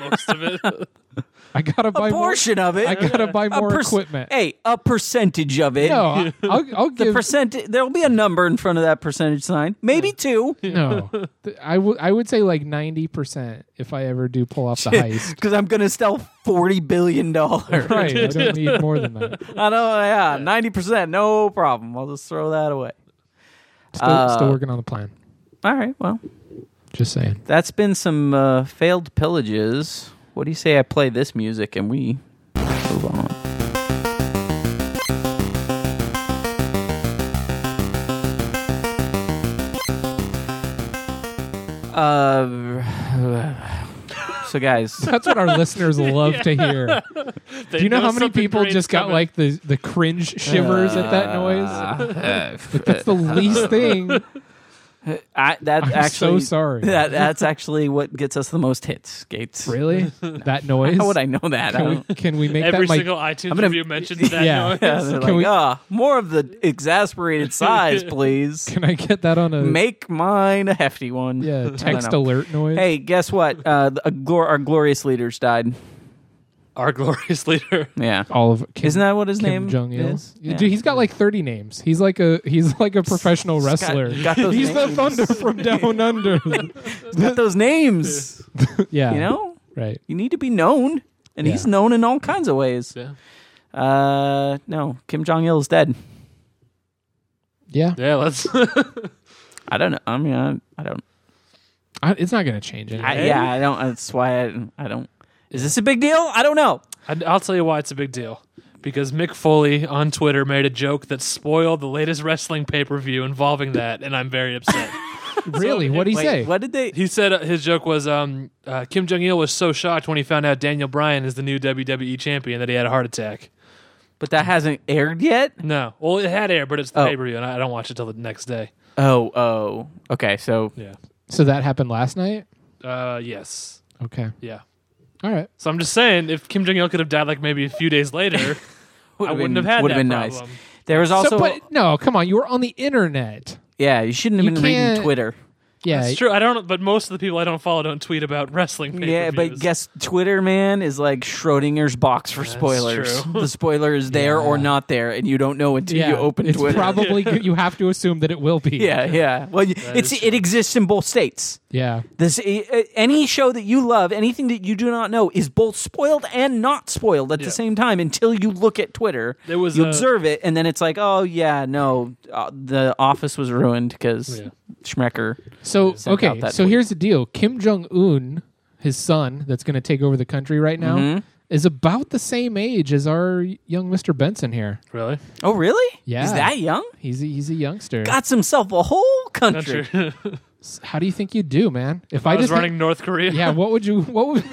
C: Most of it.
B: I got to buy more
A: portion of it.
B: I got to buy
A: A
B: more
A: perc-
B: equipment.
A: Hey, a percentage of it.
B: No, I- I'll, I'll
A: The
B: give
A: percent there'll be a number in front of that percentage sign. Maybe two.
B: no. Th- I would I would say like 90% if I ever do pull off the heist.
A: because I'm gonna sell forty billion dollars.
B: Right. I don't need more than that.
A: I know, yeah, ninety percent, no problem. I'll just throw that away.
B: Still,
A: Uh,
B: still working on the plan.
A: All right, well,
B: Just saying.
A: that's been some uh, failed pillages. What do you say I play this music and we move on? Uh, so guys,
B: That's what our listeners love to hear.
C: They
B: Do you know, how many
C: something
B: people
C: great's
B: just got
C: coming.
B: like the, the cringe shivers at that noise?
A: Uh,
B: That's the least thing.
A: I, that
B: I'm
A: actually,
B: so sorry.
A: That, that's actually what gets us the most hits, Gates.
B: Really? that noise?
A: How would I know that? I
B: Can
A: don't,
B: we, can we make
C: Every
B: that my
C: single iTunes
A: gonna-
C: review mentions that
B: Yeah.
C: noise.
A: yeah, they're
B: Can
A: like,
B: we-
A: ah, more of the exasperated sighs, please.
B: Can I get that on a
A: Make mine a hefty one. I
B: yeah
A: don't
B: text
A: know.
B: alert noise?
A: Hey, guess what? Uh, the- a glor- our glorious leaders died.
C: Our glorious leader.
A: Yeah.
B: all of Kim,
A: Isn't that what his
B: Kim
A: name
B: Jong Il?
A: is? Yeah.
B: Dude, he's got like thirty names. He's like a he's like a professional wrestler.
A: got those
B: he's
A: names.
B: the Thunder from Down Under.
A: Got those names.
B: yeah,
A: You know,
B: right?
A: you need to be known, and
B: Yeah.
A: he's known in all kinds of ways.
C: Yeah.
A: Uh, no, Kim Jong Il is dead.
B: Yeah,
C: Yeah, let's.
A: I don't know. I mean, I, I don't.
B: I, it's not gonna change anything.
A: I, yeah, I don't. That's why I, I don't. Is this a big deal? I don't know.
C: And I'll tell you why it's a big deal. Because Mick Foley on Twitter made a joke that spoiled the latest wrestling pay per view involving that, and I'm very upset.
B: really, what would he
A: Wait,
B: say?
A: what did they?
C: he said uh, his joke was um, uh, Kim Jong Il was so shocked when he found out Daniel Bryan is the new WWE champion that he had a heart attack.
A: But that hasn't aired yet.
C: No, well, it had air, but it's the
A: Oh.
C: pay per view, and I I don't watch it till the next day.
A: Oh, oh. Okay, so
C: Yeah.
B: So that happened last night.
C: Uh, yes.
B: Okay,
C: Yeah.
B: all right.
C: So I'm just saying, if Kim Jong Il could have died like maybe a few days later, I
A: would've
C: wouldn't
A: been-
C: have had
A: would've
C: that
A: been
C: problem.
A: nice. There was also
B: so, but no, come on, you were on the internet.
A: yeah. You shouldn't have
B: You
A: been reading
B: can't-
A: Twitter.
B: Yeah,
C: It's true. I don't, but most of the people I don't follow don't tweet about wrestling.
A: Yeah, but
C: pay-per-views.
A: guess Twitter man is like Schrodinger's box for spoilers.
C: true.
A: The spoiler is there or not there, and you don't know until
B: yeah,
A: you open
B: it's
A: Twitter.
B: probably you have to assume that it will be.
A: yeah, yeah. Well, you- it's
C: is
A: it exists in both states.
B: yeah.
A: This a- any show that you love, anything that you do not know, is both spoiled and not spoiled at
C: Yeah.
A: the same time until you look at Twitter.
C: There was
A: you
C: a-
A: observe it, and then it's like, oh yeah, no, uh, the Office was ruined because
C: Yeah.
A: Schmecker.
B: So
A: sent out
B: okay,
A: that
B: so
A: tweet.
B: here's the deal: Kim Jong Un, his son, that's going to take over the country right now,
A: Mm-hmm.
B: is about the same age as our young Mr. Benson here.
C: really,
A: Oh really?
B: Yeah.
A: Is that young?
B: He's a, he's a youngster.
A: Got himself a whole
C: that's
A: country.
C: true.
B: S- How do you think you'd do, man? If
C: I was
B: had-
C: running North Korea.
B: yeah, what would you? What would
C: it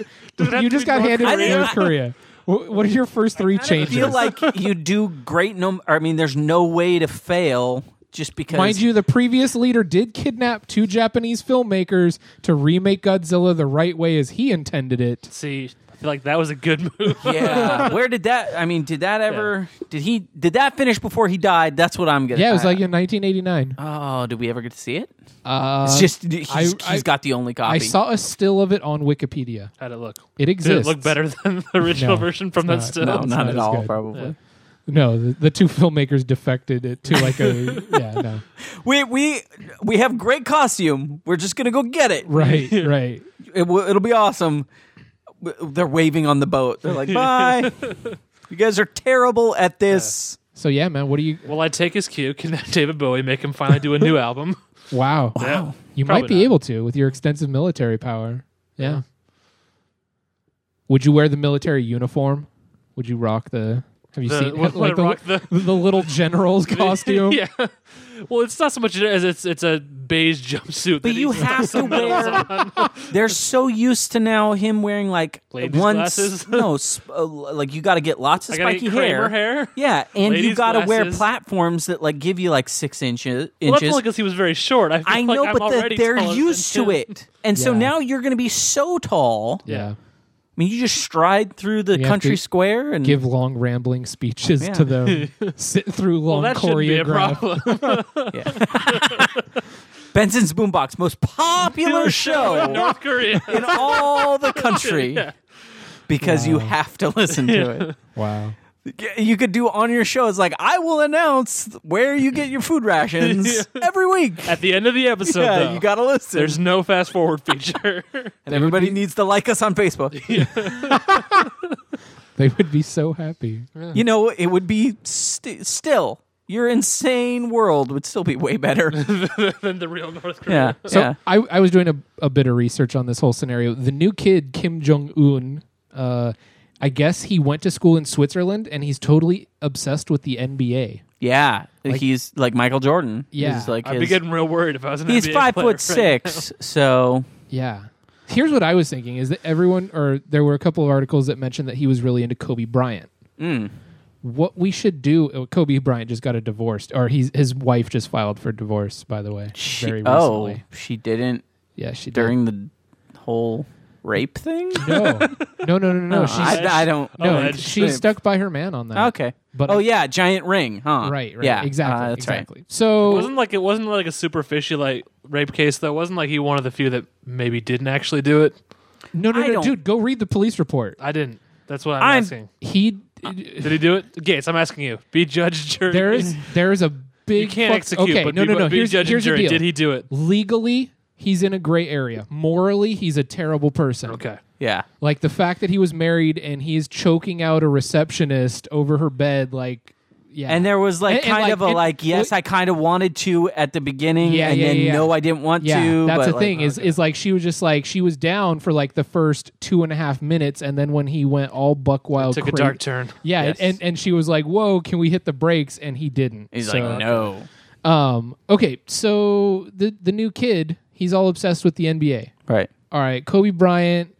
C: have
B: you
C: to
B: just
C: be
B: got
C: North
B: handed
A: Korea?
B: North Korea? What, what are your first three
A: I
B: changes?
A: feel like you do great. No, I mean, there's no way to fail just because.
B: Mind you, the previous leader did kidnap two Japanese filmmakers to remake Godzilla the right way as he intended it.
C: See, I feel like that was a good move.
A: yeah. Where did that? I mean, did that ever? Did he? Did that finish before he died? That's what I'm gonna.
B: Yeah, it was
A: I-
B: like in 1989.
A: Oh, did we ever get to see it?
B: Uh,
A: It's just he's,
B: I- I-
A: he's got the only copy.
B: I saw a still of it on Wikipedia.
C: How'd it look?
B: It
C: Did
B: exists.
C: it look better than the original
B: No,
C: version from that
B: it's
C: still?
A: no,
B: it's
A: not
B: not
A: at
B: as
A: all.
B: good.
A: Probably.
B: No, the, the two filmmakers defected it to like a yeah no
A: We we we have great costume. We're just gonna go get it.
B: right right
A: it will, it'll be awesome. W- They're waving on the boat. They're like, bye. you guys are terrible at this.
B: so yeah man what do you
C: Will I take his cue? Can David Bowie make him finally do a new album?
B: wow
C: Wow.
B: you
C: Probably
B: might be
C: not.
B: able to with your extensive military power yeah. would you wear the military uniform would you rock the have you
C: The-
B: seen
C: would- would I
B: the,
C: rock the-
B: the little general's costume
C: yeah. Well, it's not so much as it's it's a beige
A: But
C: jumpsuit. that
A: you
C: he's got
A: have to
C: some medals
A: wear-
C: on.
A: They're so used to now him wering like
C: Ladies'
A: one
C: glasses?
A: no, sp- uh, like you got to get lots of
C: I gotta
A: spiky
C: get Kramer
A: hair.
C: hair.
A: Yeah, and you
C: Ladies'
A: got to wear
C: glasses.
A: platforms that like give you like six inches.
C: Well, that's
A: inches.
C: only because he was very short. I, feel
A: I
C: like
A: know,
C: I'm
A: but the,
C: already
A: they're
C: taller than
A: used to
C: him.
A: it, and so
B: Yeah.
A: now you're going to be so tall. I
B: Yeah.
A: mean, you just stride through the
B: You have
A: country
B: to
A: square and
B: give long rambling speeches
A: Yeah.
B: to them sit through
C: Well,
B: long
C: that shouldn't be a
B: choreographed
C: problem.
A: Benson's Boombox, most popular show
C: in North Korea.
A: in all the country because you have to listen to
B: wow
A: it. You could do on your show. It's like I will announce where you get your food rations every week.
C: At the end of the episode,
A: yeah,
C: though,
A: you gotta listen.
C: there's no fast forward feature.
A: and everybody needs to like us on Facebook.
B: they would be so happy
A: You know, it would be st- still your insane world would still be way better.
C: than the real North
A: Yeah,
C: Korea.
B: So
A: yeah.
B: I, I was doing a, a bit of research on this whole scenario. The new kid, Kim Jong Un, uh, I guess he went to school in Switzerland and he's totally obsessed with the NBA.
A: Yeah, he's like Michael Jordan.
B: Yeah.
A: he's like
C: I'd be
A: his-
C: getting real worried if I was an
A: he's
C: NBA
A: five
C: player
A: foot
C: right
A: six, so
B: Yeah. Here's what I was
A: Hmm.
B: thinking is that everyone, or there were a couple of articles that mentioned that he was really into Kobe Bryant. what we should do. uh, Kobe Bryant just got a divorce, or he's, his wife just filed for divorce. By the way,
A: She-
B: very
A: oh,
B: recently.
A: she didn't
B: Yeah, she did.
A: during the whole rape thing.
B: no, no, no, no, no.
A: Oh,
B: she's
A: I, I don't.
C: Oh,
B: no,
C: that's-
B: she stuck by her man on that.
A: Okay.
B: But-
A: oh yeah, giant ring, huh?
B: Right, right,
A: Yeah,
B: exactly,
A: uh, that's right.
B: exactly. So
C: wasn't like it wasn't like a super fishy like rape case though. It wasn't like he one of the few that maybe didn't actually do it.
B: no, no,
A: I
B: no,
A: don't-
B: dude, go read the police report.
C: I didn't. That's what I'm,
A: I'm-
C: asking.
B: He,
C: Did he do it? Gates, I'm asking you. Be judge jury.
B: there is, there is a big.
C: you can't
B: fuck-
C: execute,
B: Okay,
C: but
B: no,
C: be,
B: no, no.
C: be
B: Here's,
C: judge
B: here's
C: and
B: the deal.
C: jury. Did he do it?
B: Legally, he's in a gray area. Morally, he's a terrible person.
C: Okay.
A: Yeah.
B: Like the fact that he was married and he is choking out a receptionist over her bed, like yeah.
A: And there was like
B: And- and,
A: kind
B: like,
A: of a
B: and-
A: like, yes, I kind of wanted to at the beginning,
B: Yeah,
A: and
B: yeah,
A: then
B: yeah.
A: no, I didn't want
B: yeah,
A: to.
B: that's
A: but,
B: the
A: like-
B: thing is is like she was just like she was down for like the first two and a half minutes, and then when he went all buck wild,
C: Took a
B: cra-
C: dark turn.
B: Yeah,
A: Yes.
B: and and she was like, "Whoa, can we hit the brakes?" And he didn't.
A: He's
B: So-
A: like, no,
B: Um, okay, so the the new kid, he's all obsessed with the NBA.
A: right?
B: All right, Kobe Bryant,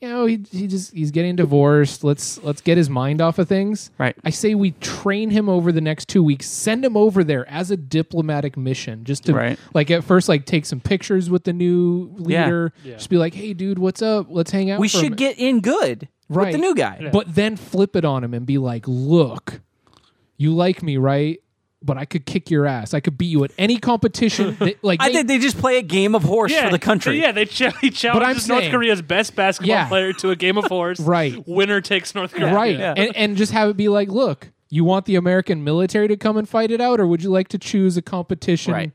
B: you know, he he just he's getting divorced. Let's let's get his mind off of things.
A: Right.
B: I say we train him over the next 2 weeks. Send him over there as a diplomatic mission just to
A: Right.
B: like at first like take some pictures with the new
A: Yeah.
B: leader.
C: Yeah.
B: Just be like, "Hey dude, what's up? Let's hang out
A: We
B: for a
A: should
B: minute."
A: get in good
B: Right.
A: with the new guy.
B: But then flip it on him and be like, look, you like me, right? But I could kick your ass. I could beat you at any competition. that, like,
A: I
B: they-
A: think they just play a game of horse for the country.
C: Yeah, they ch- he challenges North
B: saying-
C: Korea's best basketball
B: Yeah.
C: player to a game of horse.
B: Right.
C: Winner takes North Korea.
B: right.
A: Yeah.
B: And, and just have it be like, look, you want the American military to come and fight it out, or would you like to choose a competition
A: Right.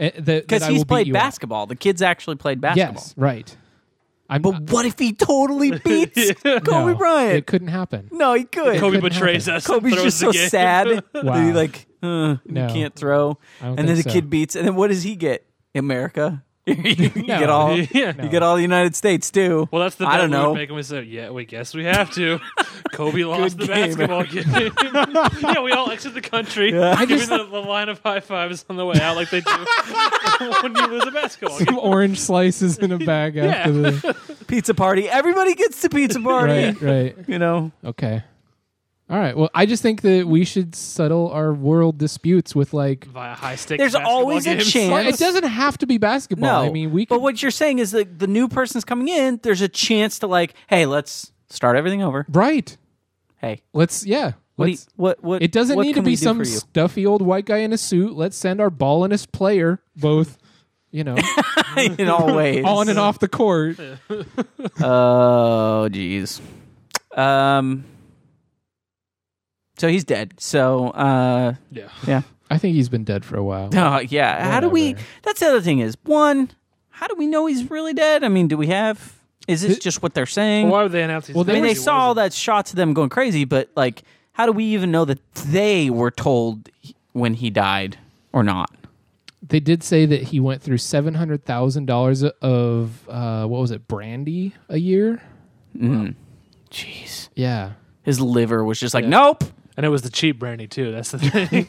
B: eh, that
A: Because
B: that I will
A: he's
B: beat
A: played
B: you at?
A: basketball. The kid's actually played basketball.
B: Yes, right. I'm uh,
C: Uh,
A: But what if he totally beats Kobe
B: no,
A: Bryant?
B: It couldn't happen.
A: no, he could.
C: Kobe
B: couldn't
C: betrays
B: happen.
C: us. and
A: Kobe's
C: throws
A: just
C: the
A: so
C: game.
A: sad.
B: Wow.
A: that he like uh,
B: No.
A: he can't throw,
B: I don't
A: and then the
B: think so.
A: kid beats, and then what does he get? America. you get all
C: Yeah.
A: you get all the United States too.
C: Well, that's the
A: I
C: bet
A: don't
C: we would
A: know.
C: Make him say, yeah, we guess we have to. Kobe lost the
A: Good game.
C: basketball game. yeah, we all exit the country, giving the, the line of high fives on the way out, like they do when you lose a basketball game.
B: Some orange slices in a bag after the.
A: Pizza party. Everybody gets to pizza party.
B: Right, right.
A: You know.
B: Okay. All right. Well, I just think that we should settle our world disputes with like.
C: Via high stakes.
A: There's
C: basketball
A: always a
C: games.
A: chance.
B: Well, it doesn't have to be basketball.
A: No.
B: I mean, we. Could,
A: But what you're saying is that the new person's coming in. There's a chance to like, hey, let's start everything over.
B: right?
A: Hey,
B: Let's. Yeah.
A: what? do you-
B: let's-
A: what? What?
B: it doesn't
A: what
B: need to
A: can we
B: be
A: do
B: some
A: for you?
B: stuffy old white guy in a suit. Let's send our ballinest player, both, you know,
A: in all ways.
B: on and off the court.
A: Oh, jeez. Um. So he's dead. So, uh,
C: Yeah.
A: yeah.
B: I think he's been dead for a while.
A: Oh, yeah. How do we?
B: Whatever.
A: That's the other thing is one. How do we know he's really dead? I mean, do we have? Is this just what they're saying?
C: Why would they announce he's
B: Well,
A: I
C: dead?
A: mean, they
C: He
A: saw all
C: wasn't.
A: that shots of them going crazy, but like, how do we even know that they were told he- when he died or not?
B: They did say that he went through seven hundred thousand dollars of uh, what was it, brandy a year?
A: Jeez,
B: Yeah.
A: his liver was just like, nope.
C: And it was the cheap brandy, too. That's the thing.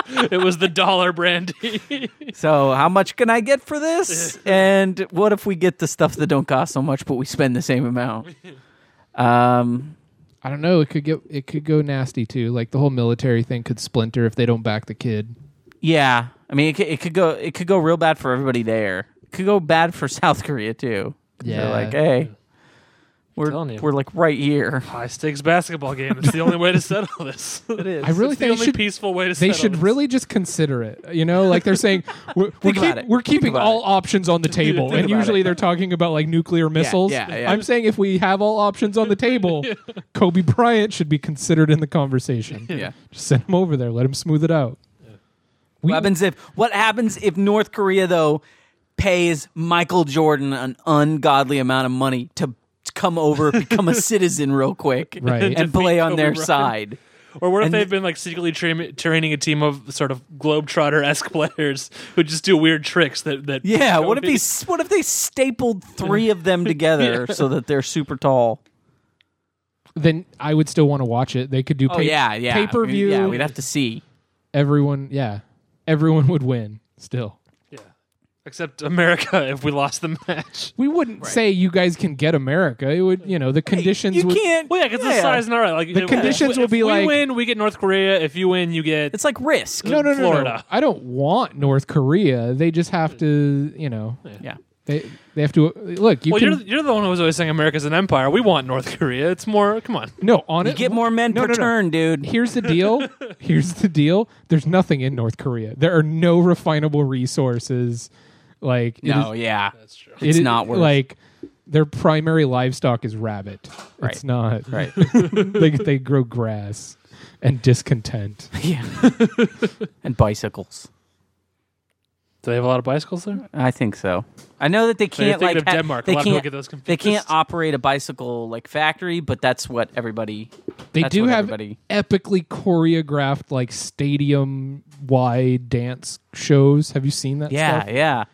C: it was the dollar brandy.
A: So how much can I get for this? and what if we get the stuff that don't cost so much, but we spend the same amount? Um,
B: I don't know. It could get it could go nasty too. Like the whole military thing could splinter if they don't back the kid.
A: yeah. I mean, it could, it could go it could go real bad for everybody there. It could go bad for South Korea too.
B: Yeah.
A: They're like, hey, we're
C: telling you.
A: we're like right here.
C: high stakes basketball game. It's the only way to settle this. it is.
B: I really
C: It's the
B: think
C: only
B: should,
C: peaceful way to
B: they
C: settle
B: should
C: this.
B: really just consider it. You know, like they're saying we're, we're,
A: Think about
B: keep-
A: it.
B: we're
A: Think
B: keeping
A: about
B: all
A: it.
B: options on the table,
C: Think
B: and
A: about
B: usually
A: it.
B: they're talking about like nuclear missiles.
A: yeah, yeah.
B: I'm saying if we have all options on the table, Kobe Bryant should be considered in the conversation.
A: Yeah.
B: just send him over there, let him smooth it out. We-
A: What happens if what happens if North Korea though pays Michael Jordan an ungodly amount of money to come over, become a citizen real quick,
B: Right.
A: and play on
C: Kobe
A: their
C: Bryant.
A: side?
C: Or what if
A: And
C: they've
A: th-
C: been like secretly tra- training a team of sort of globetrotter esque players who just do weird tricks that that
A: Yeah, what if
C: Kobe-
A: he s- what if they stapled three of them together so that they're super tall?
B: Then I would still want to watch it. They could do
A: Oh
B: pay-
A: yeah, yeah.
B: pay per view.
A: Yeah, we'd have to see.
B: everyone. Yeah, everyone would win still.
C: Yeah. Except America, if we lost the match.
B: We wouldn't say you guys can get America. It would, you know, the conditions
A: You
B: would.
A: can't.
C: Well, yeah, because the size not right. Like
B: The
C: if-
B: conditions
C: if,
B: will be
C: if
B: like-
C: we win, we get North Korea. If you win, you get.
A: It's like risk.
B: No, no, no, no.
C: Florida.
B: I don't want North Korea. They just have to, you know,
A: Yeah.
B: they they have to look. You
C: well,
B: can
C: you're you're the one who was always saying America's an empire. We want North Korea. It's more. Come on.
B: no on
A: You
B: it.
A: get more men
B: No,
A: per
B: no, no.
A: turn, dude.
B: Here's the deal. Here's the deal. There's nothing in North Korea. There are no refinable resources. Like it
A: No,
B: is-
A: yeah.
C: That's true.
B: it
A: it's
B: is-
A: not worth it.
B: like their primary livestock is rabbit.
A: Right.
B: It's not
A: Right.
B: they they grow grass and discontent.
A: yeah. and bicycles.
C: Do they have a lot of bicycles there?
A: I think so. I know that they
C: So you're
A: can't
C: thinking
A: like
C: of
A: ha-
C: Denmark.
A: They
C: a lot of
A: can't.
C: people get those confused.
A: they can't operate a bicycle like factory, but that's what everybody.
B: They
A: that's
B: do
A: what
B: have
A: everybody.
B: epically choreographed like stadium wide dance shows. Have you seen that
A: Yeah,
B: stuff?
A: yeah.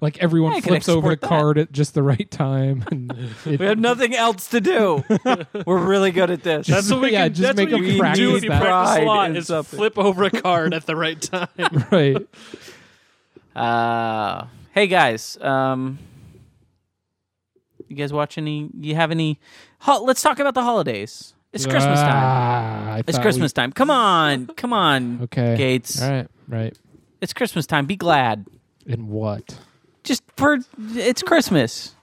B: Like everyone
A: Yeah, I can
B: flips over the
A: export that.
B: card at just the right time and it-
A: We have nothing else to do. We're really good at this.
C: That's what we
B: Yeah,
C: can.
B: just
C: that's
B: make
C: what
B: them
C: you can do
B: practice
C: if you
B: that.
C: practice a lot.
A: Pride
C: Is
A: is up.
C: flip over a card at the right time.
B: right.
A: Uh, hey guys, um, you guys watch any? You have any? Ho- let's talk about the holidays. It's Christmas time.
B: Ah, I
A: It's
B: thought
A: Christmas time. Come on, come on,
B: we- okay.
A: Gates.
B: All right. Right.
A: It's Christmas time. Be glad.
B: And what?
A: Just for it's Christmas.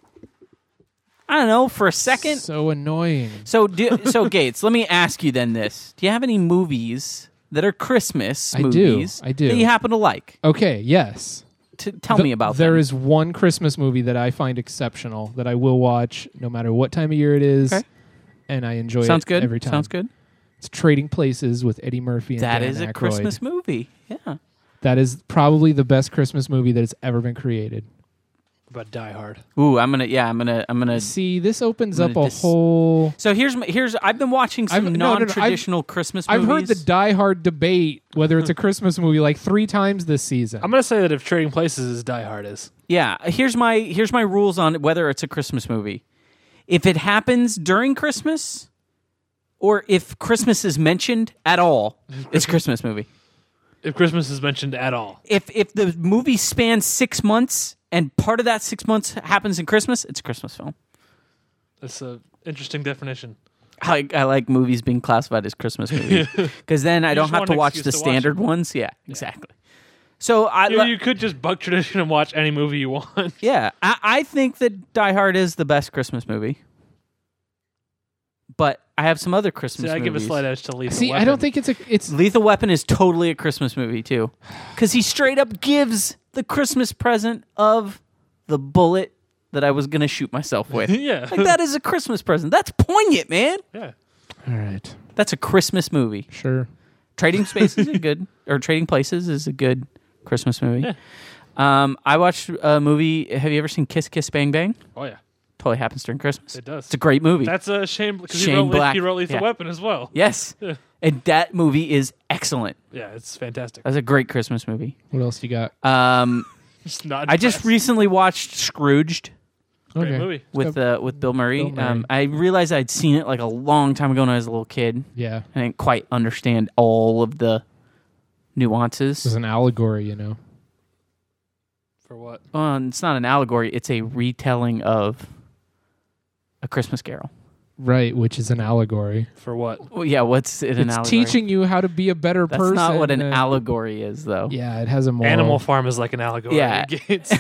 A: I don't know for a second.
B: So annoying.
A: So, do, so Gates, let me ask you then this: Do you have any movies that are Christmas
B: I do.
A: movies?
B: I do.
A: That you happen to like?
B: Okay. Yes.
A: T- tell me about
B: There
A: them.
B: is one Christmas movie that I find exceptional that I will watch no matter what time of year it is,
A: Okay.
B: and I enjoy
A: Sounds
B: it
A: good.
B: every time.
A: Sounds good.
B: It's Trading Places with Eddie Murphy and
A: That
B: Dan
A: is a
B: Aykroyd.
A: Christmas movie. Yeah.
B: That is probably the best Christmas movie that has ever been created.
C: About Die Hard.
A: Ooh, I'm gonna. Yeah, I'm gonna. I'm gonna.
B: See, this opens
A: I'm
B: up
A: gonna
B: a
A: dis-
B: whole.
A: So here's my, here's. I've been watching some
B: I've- no, no, no, I've-
A: non-traditional Christmas.
B: I've heard
A: movies.
B: the Die Hard debate whether it's a Christmas movie like three times this season.
C: I'm gonna say that if Trading Places is Die Hard is.
A: Yeah. Here's my here's my rules on whether it's a Christmas movie. If it happens during Christmas, or if Christmas is mentioned at all, it's a Christmas movie.
C: If Christmas is mentioned at all,
A: If if the movie spans six months and part of that six months happens in Christmas, it's a Christmas film.
C: that's an interesting definition.
A: I, like- I like movies being classified as Christmas movies because then I don't
C: just
A: have
C: want
A: to
C: an
A: watch
C: excuse
A: the
C: to watch
A: standard ones. Yeah, exactly. So I
C: You,
A: lo-
C: you could just buck tradition and watch any movie you want.
A: yeah I, I think that Die Hard is the best Christmas movie, but I have some other Christmas.
C: See, I
A: movies.
C: give a slight edge to Lethal
B: See,
C: Weapon.
B: I don't think it's a. It's
A: Lethal Weapon is totally a Christmas movie too, because he straight up gives the Christmas present of the bullet that I was gonna shoot myself with.
C: Yeah.
A: like that is a Christmas present. That's poignant, man.
C: Yeah.
B: all right.
A: That's a Christmas movie.
B: Sure.
A: Trading Space is a good, or Trading Places is a good Christmas movie. Um, I watched a movie. Have you ever seen Kiss Kiss Bang Bang?
C: Oh yeah,
A: Totally happens during Christmas.
C: it does.
A: It's a great movie.
C: That's a shame because he
A: Shane
C: wrote, Black.
A: Black.
C: he wrote Lethal
A: Yeah.
C: Weapon as well.
A: yes, and that movie is excellent.
C: Yeah, it's fantastic.
A: That's a great Christmas movie.
B: What else you got?
A: Um,
C: Just not.
A: I just
C: impressed.
A: recently watched Scrooged
C: great
B: okay.
C: movie.
A: with uh, with Bill Murray.
B: Bill Murray.
A: Um, I realized I'd seen it like a long time ago when I was a little kid.
B: Yeah.
A: I didn't quite understand all of the
B: This is
A: nuances.
B: an allegory, you know.
C: For what?
B: Mm-hmm.
A: Well, it's not an allegory; it's a retelling of a Christmas Carol.
B: Right, which is an allegory.
C: For what?
A: Well, yeah, what's it an
B: it's
A: allegory?
B: teaching you how to be a better
A: That's
B: person.
A: not what an
B: and-
A: allegory is, though.
B: Yeah, it has a moral.
C: Animal Farm is like an allegory.
A: Yeah.
C: Gates.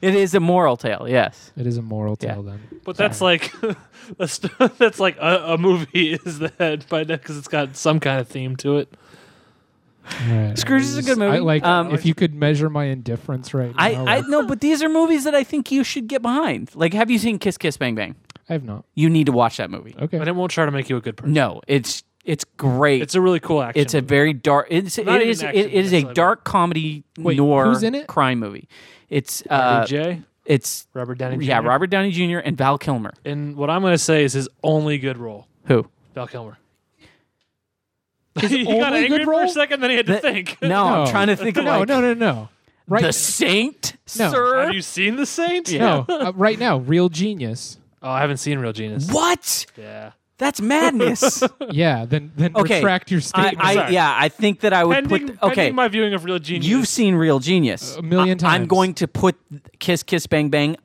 A: It is a moral tale. Yes.
B: It is a moral
A: Yeah.
B: tale then.
C: But that's like that's, that's like a, a movie is that by because it's got some kind of theme to it.
B: All right.
A: Scrooge is a good
B: I
A: movie.
B: like
A: Um,
B: if you could measure my indifference right
A: I,
B: now.
A: I
B: like-
A: no, but these are movies that I think you should get behind. Like, have you seen Kiss Kiss Bang Bang?
B: I have not.
A: You need to watch that movie.
B: Okay.
C: But it won't try to make you a good person.
A: No, it's it's great.
C: It's a really cool action.
A: It's a very dark. It's
C: Not
A: it
C: even
A: is it,
C: action,
A: it is a
C: that's what I
A: dark comedy noir
B: who's in it?
A: crime movie. It's uh,
C: Robert J.
A: it's
C: Robert Downey. Jr.
A: yeah, Robert Downey Jr. and Val Kilmer.
C: And what I'm going to say is his only good role,
A: Who?
C: Val Kilmer. he got
B: only
C: angry
B: good
C: for
B: role?
C: a second, then he had to
A: The-
C: think.
A: No,
B: No.
A: I'm trying to think. Of
B: no,
A: like,
B: no, no, no. Right.
A: the Saint,
B: No.
A: sir.
C: Have you seen The Saint?
A: Yeah.
B: no, uh, right now, real genius.
C: Oh, I haven't seen Real Genius.
A: what?
C: Yeah.
A: That's madness.
B: yeah, then then
A: Okay.
B: retract
A: I,
B: your statement.
A: I,
C: Sorry.
A: yeah, I think that I would
C: Pending,
A: put. Okay,
C: pending my viewing of Real Genius.
A: you've seen Real Genius
B: A million
A: I- I'm
B: times.
A: going to put Kiss Kiss Bang Bang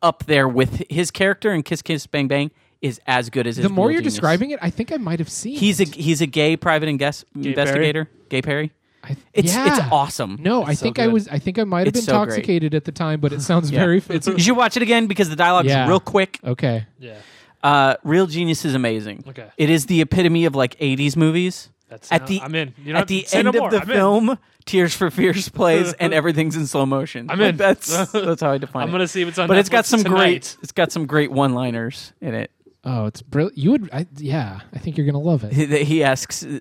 A: up there with his character, and Kiss Kiss Bang Bang is as good as his.
B: the more
A: Real
B: you're
A: Genius.
B: describing it, I think I might have seen.
A: he's a
B: it.
A: he's a gay private inves- investigator. Gay Perry.
B: I-
A: It's
B: yeah.
A: it's awesome.
B: No, I
A: It's so
B: think I
A: good.
B: was. I think I might have
A: It's
B: been
A: so great.
B: intoxicated at the time, but it sounds
A: Yeah.
B: very. It's
A: You should watch it again because the dialogue
B: Yeah.
A: is real quick.
B: okay.
C: yeah,
A: Uh, Real Genius is amazing.
C: Okay.
A: It is the epitome of like '80s movies.
C: that's
A: At the
C: I'm in. You know,
A: at the
C: say
A: end
C: no
A: of
C: more.
A: the
C: I'm in.
A: film, Tears for Fears plays, and everything's in slow motion.
C: I'm
A: Like,
C: in.
A: that's that's how I define
C: I'm
A: it.
C: gonna see if it's on.
A: but it's got
C: Netflix
A: some
C: tonight.
A: great it's got some great one liners in it
B: Oh, it's brilliant. You would. I, yeah, I think you're gonna love it.
A: he, that he asks uh,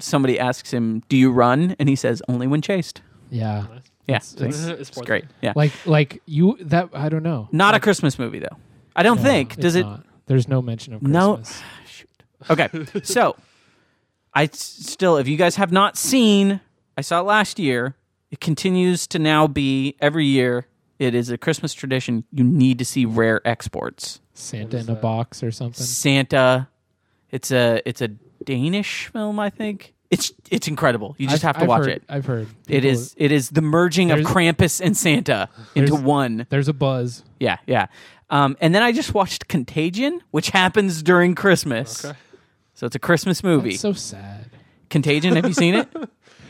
A: somebody asks him do you run and he says only when chased
B: Yeah,
A: yeah
B: It's- it's-
A: it's
C: It's
A: great yeah
B: like like you that I don't know.
A: not a christmas movie though i don't
B: No,
A: think does
B: it's
A: it
B: not. There's no mention of
A: No.
B: Christmas.
A: okay so i s- still if you guys have not seen i saw it last year it continues to now be every year it is a christmas tradition you need to see rare exports
B: Santa in a box or something.
A: Santa. It's a it's a Danish film, I think. It's it's incredible. You just
B: I've-
A: have to
B: I've
A: watch
B: heard-
A: it.
B: I've heard.
A: It
B: People-
A: is it is the merging of
B: There's-
A: Krampus and Santa into
B: There's-
A: one.
B: There's a buzz.
A: Yeah, yeah. Um, and then I just watched Contagion, which happens during Christmas.
C: Okay.
A: So it's a Christmas movie.
B: It's so sad.
A: Contagion, have you seen it?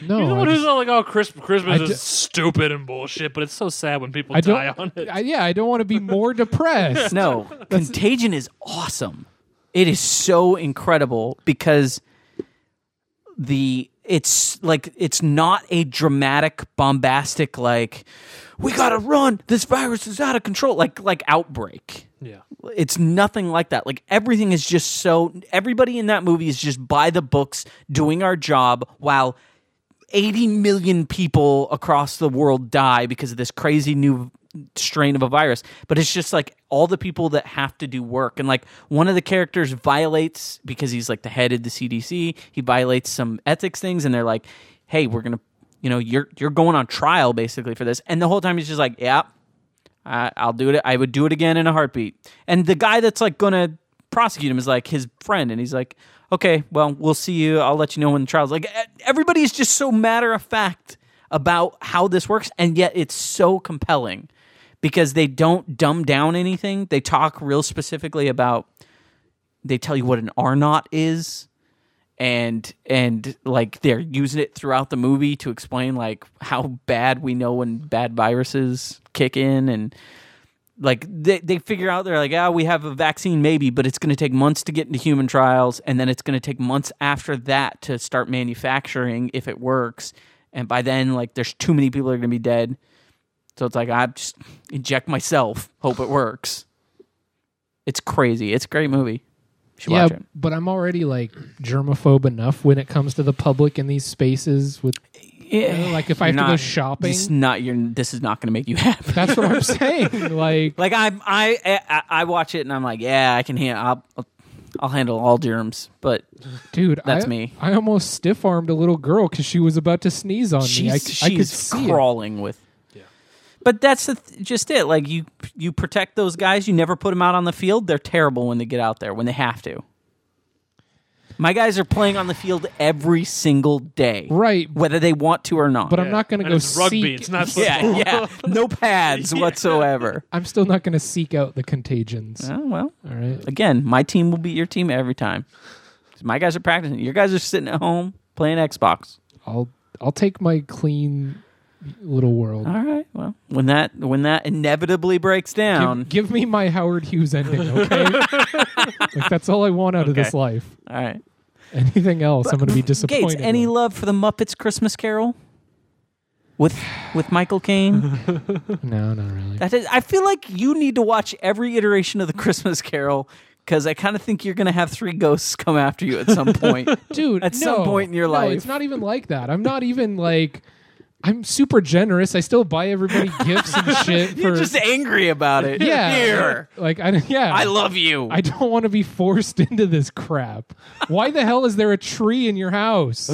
B: No,
C: You're the
B: I
C: one
B: just-
C: who's all like, "Oh, Christmas, Christmas
B: I
C: is
B: d-
C: stupid and bullshit," but it's so sad when people
B: I
C: die
B: don't.
C: on it.
B: I, yeah, I don't want to be more depressed.
A: No, Contagion is awesome. It is so incredible because the it's like it's not a dramatic, bombastic like we gotta run. This virus is out of control. Like like outbreak.
C: yeah,
A: It's nothing like that. Like everything is just so. Everybody in that movie is just by the books, doing our job while. 80 million people across the world die because of this crazy new strain of a virus but it's just like all the people that have to do work and like one of the characters violates because he's like the head of the CDC he violates some ethics things and they're like hey we're going to you know you're you're going on trial basically for this and the whole time he's just like yeah I, I'll do it I would do it again in a heartbeat and the guy that's like going to prosecute him is like his friend and he's like okay well we'll see you i'll let you know when the trial's like e- everybody is just so matter of fact about how this works and yet it's so compelling because they don't dumb down anything they talk real specifically about they tell you what an r naught is and and like they're using it throughout the movie to explain like how bad we know when bad viruses kick in and like they, they figure out they're like ah we have a vaccine maybe but it's going to take months to get into human trials and then it's going to take months after that to start manufacturing if it works and by then like there's too many people that are going to be dead so it's like i just inject myself hope it works it's crazy it's a great movie you should
B: yeah,
A: watch it
B: but I'm already like germaphobe enough when it comes to the public in these spaces. With know, like, if I
A: You're
B: have to go
A: not-
B: shopping-
A: this is not your this is not going to make you happy
B: that's what I'm saying. Like,
A: Like I, I, I, I watch it and I'm like, yeah, I can handle. I'll, I'll- I'll handle all germs, but
B: dude,
A: That's
B: I,
A: me.
B: I almost stiff armed a little girl because she was about to sneeze on me.
A: she's
B: I,
A: she's
B: I could see it.
A: crawling with. But that's the th- just it. Like you, you protect those guys. You never put them out on the field. They're terrible when they get out there when they have to. My guys are playing on the field every single day,
B: Right.
A: Whether they want to or not.
B: But I'm not going to
C: And
B: go
C: it's rugby.
B: seek.
C: It's not
A: yeah,
C: football.
A: yeah, no pads whatsoever.
B: I'm still not going to seek out the contagions.
A: Oh well,
B: All right.
A: again, my team will beat your team every time. 'Cause My guys are practicing. Your guys are sitting at home playing Xbox.
B: I'll I'll take my clean little world.
A: All right. Well, when that when that inevitably breaks down,
B: Give, give me my Howard Hughes ending, okay? like that's all I want out of this
A: Okay.
B: life.
A: all right.
B: Anything else, I'm going to be disappointed.
A: Gates, any
B: with.
A: love for the Muppets Christmas Carol with with Michael Caine?
B: no, not really.
A: That is, I feel like you need to watch every iteration of the Christmas Carol because I kind of think you're going to have three ghosts come after you at some point.
B: dude
A: At some
B: no.
A: point in your
B: No,
A: life.
B: it's not even like that i'm not even like i'm super generous i still buy everybody gifts and shit for
A: you're just angry about it.
B: yeah
A: Here,
B: like i yeah
A: I love you.
B: I don't want to be forced into this crap. Why the hell is there a tree in your house?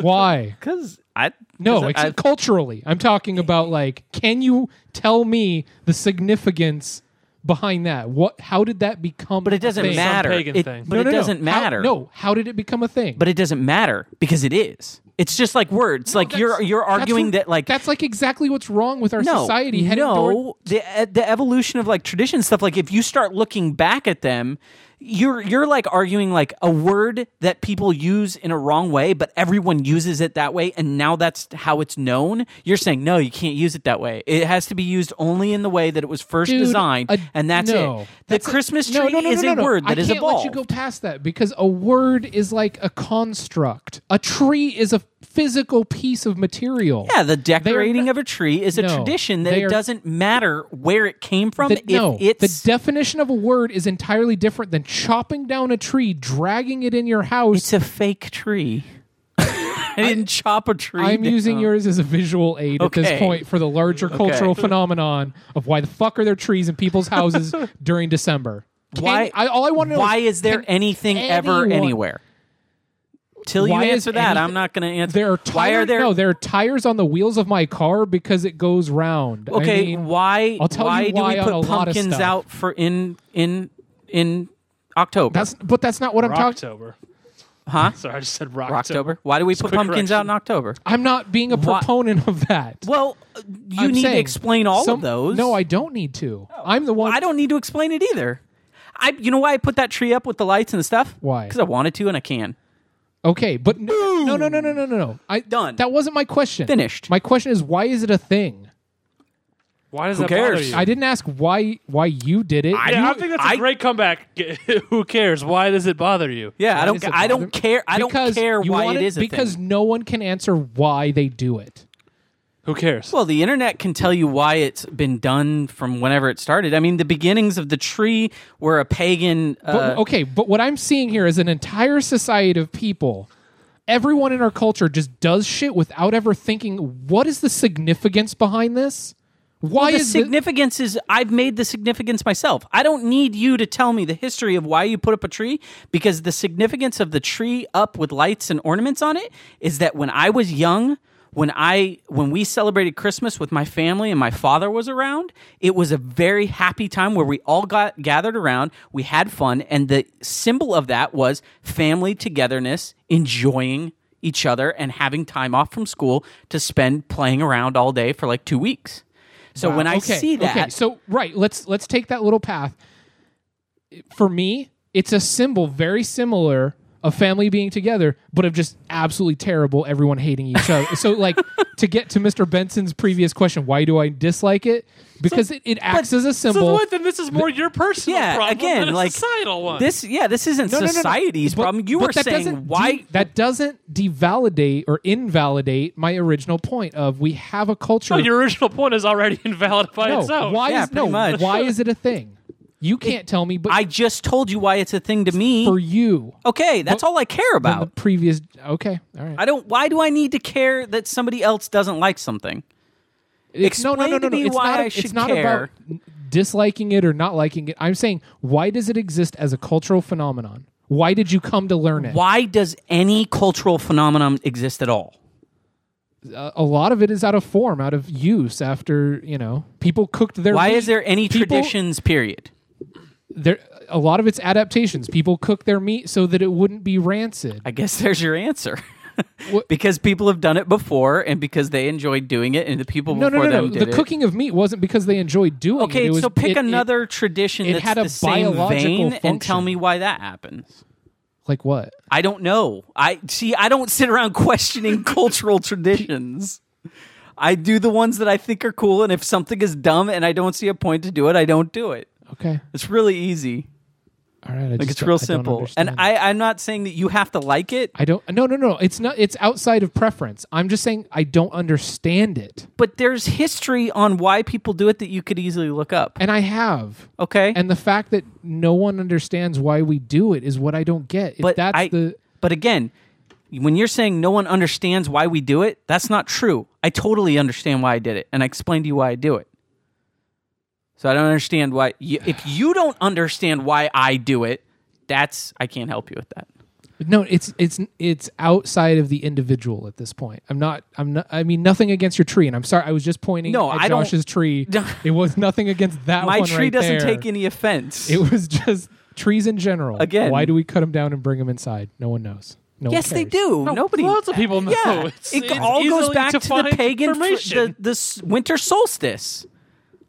B: Why?
A: Because I
B: No,
A: 'cause
B: ex-
A: I-
B: culturally. I'm talking about like, can you tell me the significance behind that? What? How did that become?
A: But it doesn't
B: a thing?
A: matter.
C: pagan
A: It-
C: thing.
A: But
B: No,
A: it
B: no, no.
A: doesn't
B: How-
A: matter.
B: no, how did it become a thing?
A: but it doesn't matter because it is. It's just like words. like you're
B: That's-
A: you're
B: that's
A: arguing
B: what-
A: that like
B: that's like exactly what's wrong with our
A: no
B: society. Heading
A: no
B: toward-
A: the uh, the evolution of like tradition stuff. Like if you start looking back at them, you're you're like arguing like a word that people use in a wrong way, but everyone uses it that way, and now that's how it's known. You're saying no, you can't use it that way. It has to be used only in the way that it was first
B: Dude,
A: designed,
B: a-
A: and that's
B: no.
A: it. The
B: That's a-
A: Christmas tree
B: no, no, no,
A: is
B: no, no,
A: a
B: no.
A: word that
B: I
A: is
B: can't
A: evolved.
B: let you go past that because a word is like a construct. A tree is a physical piece of material.
A: Yeah, the
B: are
A: decorating
B: not-
A: of a tree is a
B: No,
A: tradition that
B: they
A: it
B: are-
A: doesn't matter where it came from.
B: The-
A: if
B: no,
A: it's
B: the definition of a word is entirely different than chopping down a tree, dragging it in your house.
A: it's a fake tree. I didn't chop a tree.
B: I'm
A: down.
B: using yours as a visual aid at
A: Okay.
B: this point for the larger cultural phenomenon of why the fuck are there trees in people's houses during December? Can-
A: Why-
B: I, all I want to know
A: Why
B: is
A: is there anything ever
B: anyone-
A: anywhere? Till you
B: Why is
A: answer that,
B: anything-
A: I'm not going to answer.
B: There are tires.
A: why are there?
B: No, there are tires on the wheels of my car because it goes round. I
A: okay,
B: mean,
A: why?
B: I'll tell you
A: why do
B: why
A: we
B: on a
A: put
B: lot of
A: pumpkins
B: stuff.
A: out for in in in October?
B: that's but that's not what I'm talking.
C: October.
A: Huh?
C: Sorry, I just said rock
A: October. Why do we put
C: quick
A: pumpkins out in
C: correction.
A: October?
B: I'm not being a proponent of that.
A: Well, uh, you
B: I'm
A: need to
B: saying
A: explain all
B: some-
A: of those. Oh.
B: No, I don't need to. I'm the one.
A: I don't need to explain it either. I, you know why I put that tree up with the lights and stuff?
B: Why?
A: Because I wanted to and I can.
B: Okay, but n- no, no, no, no, no, no, no. I
A: Done.
B: That wasn't my question.
A: Finished.
B: My question is why is it a thing?
C: Why does
A: Who
C: that bother
A: cares?
C: you?
B: I didn't ask why why you did it.
C: yeah,
A: You-
C: I think that's a
A: I-
C: great comeback. Who cares? Why does it bother you?
A: Yeah, I
B: does
A: don't.
B: it
A: I don't
B: bother-
A: care. I don't
B: because
A: care
B: you
A: why
B: want
A: it is a
B: because
A: thing.
B: no one can answer why they do it.
C: Who cares?
A: Well, the internet can tell you why it's been done from whenever it started. I mean, the beginnings of the tree were a pagan. Uh,
B: But, okay, but what I'm seeing here is an entire society of people. Everyone in our culture just does shit without ever thinking what is the significance behind this? Why
A: the
B: is thi-
A: significance is I've made the significance myself. I don't need you to tell me the history of why you put up a tree because the significance of the tree up with lights and ornaments on it is that when I was young, when I when we celebrated Christmas with my family and my father was around, it was a very happy time where we all got gathered around, we had fun, and the symbol of that was family togetherness, enjoying each other and having time off from school to spend playing around all day for like 2 weeks. So when I
B: okay,
A: see that,
B: Okay, so right, let's let's take that little path. For me, it's a symbol very similar of family being together, but of just absolutely terrible, everyone hating each other. so like to get to Mr. Benson's previous question, why do I dislike it? Because it, it acts as a symbol.
C: So what? Then this is more your personal
A: yeah,
C: problem
A: again,
C: than a
A: like
C: societal one.
A: this, yeah, this isn't
B: No, no, no, no.
A: society's
B: But-
A: problem. You
B: but
A: were
B: that
A: saying
B: doesn't
A: why?
B: de- that doesn't devalidate or invalidate my original point of we have a culture.
C: no, your original point is already invalid by
B: No,
C: itself.
B: why
A: Yeah,
B: is no?
A: pretty much.
B: Why is it a thing? You can't tell me, but
A: I just told you why it's a thing to me.
B: for you,
A: okay, that's all I care
B: than the
A: about.
B: previous. Okay, all right.
A: I don't. Why do I need to care that somebody else doesn't like something?
B: It's, no, no,
A: explain
B: no,
A: to
B: no, no.
A: me
B: It's
A: why
B: not.
A: I
B: it's
A: should
B: not
A: care.
B: about n- disliking it or not liking it. I'm saying why does it exist as a cultural phenomenon? Why did you come to learn it?
A: Why does any cultural phenomenon exist at all?
B: a a lot of it is out of form, out of use. After you know, people cooked their.
A: Why
B: meat.
A: is there any
B: People-
A: traditions? Period.
B: There, a lot of it's adaptations. People cook their meat so that it wouldn't be rancid.
A: I guess there's your answer. because people have done it before, and because they enjoyed doing it, and the people
B: no, no,
A: before
B: no, no.
A: them
B: The
A: did it.
B: cooking of meat wasn't because they enjoyed doing it.
A: Okay,
B: it was,
A: so pick
B: it- it-
A: another tradition
B: it
A: that's
B: had a
A: the same
B: biological
A: vein and tell
B: function.
A: me why that happens.
B: like what?
A: I don't know. I see. I don't sit around questioning cultural traditions. I do the ones that I think are cool, and if something is dumb and I don't see a point to do it, I don't do it.
B: Okay,
A: It's really easy.
B: all right. I
A: Like
B: just
A: it's
B: don't-
A: real
B: I don't
A: simple.
B: understand
A: And
B: it.
A: I, I'm not saying that you have to like it,
B: I don't. No, no, no. It's not. It's outside of preference. I'm just saying I don't understand it,
A: but there's history on why people do it that you could easily look up.
B: and I have.
A: Okay,
B: And the fact that no one understands why we do it is what I don't get. If
A: but
B: that's
A: I,
B: the
A: but again when you're saying no one understands why we do it that's not true i totally understand why i did it and i explained to you why i do it so i don't understand why you, if you don't understand why i do it that's i can't help you with that
B: No, it's it's it's outside of the individual at this point. I'm not. I'm not. I mean, nothing against your tree, and I'm sorry. I was just pointing
A: No,
B: at
A: I don't-
B: Josh's tree. it was nothing against that.
A: My
B: one
A: tree
B: right
A: doesn't
B: there.
A: take any offense.
B: It was just trees in general.
A: Again.
B: why do we cut them down and bring them inside? No one knows. No one
A: yes, they
B: cares.
A: do. Nobody.
C: lots of people know.
A: Yeah,
C: It's-
A: it
C: it's
A: all goes
C: easily
A: back to the
C: defined
A: pagan, fr- the
C: information.
A: the s- winter solstice.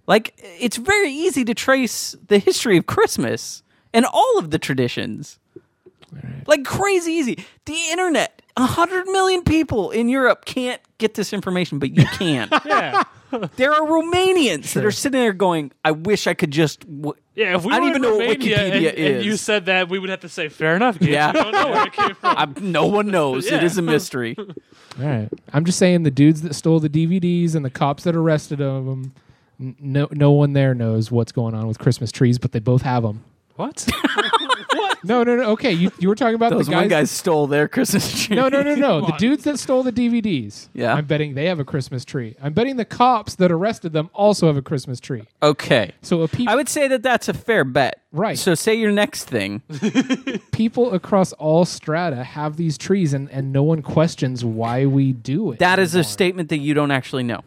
A: Like it's very easy to trace the history of Christmas and all of the traditions. Like crazy easy. The internet, a hundred million people in Europe can't get this information, but you can.
C: Yeah.
A: there are Romanians that are sitting there going, "I wish I could just." W-
C: Yeah, if we
A: I
C: were
A: don't
C: in
A: even know what
C: Romania and,
A: Wikipedia
C: and
A: is.
C: you said that, we would have to say, fair enough, Gage.
A: Yeah.
C: I don't know where it came from.
A: I, no one knows. It
C: Yeah.
A: is a mystery.
B: All right. I'm just saying the dudes that stole the DVDs and the cops that arrested them. No, no one there knows what's going on with Christmas trees, but they both have them.
C: What?
B: No, no, no. Okay, you, you were talking about
A: Those
B: the
A: one
B: guys.
A: guys stole their Christmas tree.
B: No, no, no, no. the
C: on.
B: dudes that stole the DVDs.
A: Yeah.
B: I'm betting they have a Christmas tree. I'm betting the cops that arrested them also have a Christmas tree.
A: Okay.
B: So a peop
A: I would say that that's a fair bet.
B: Right.
A: So say your next thing.
B: people across all strata have these trees, and, and no one questions why we do it.
A: That is a statement that you don't actually know.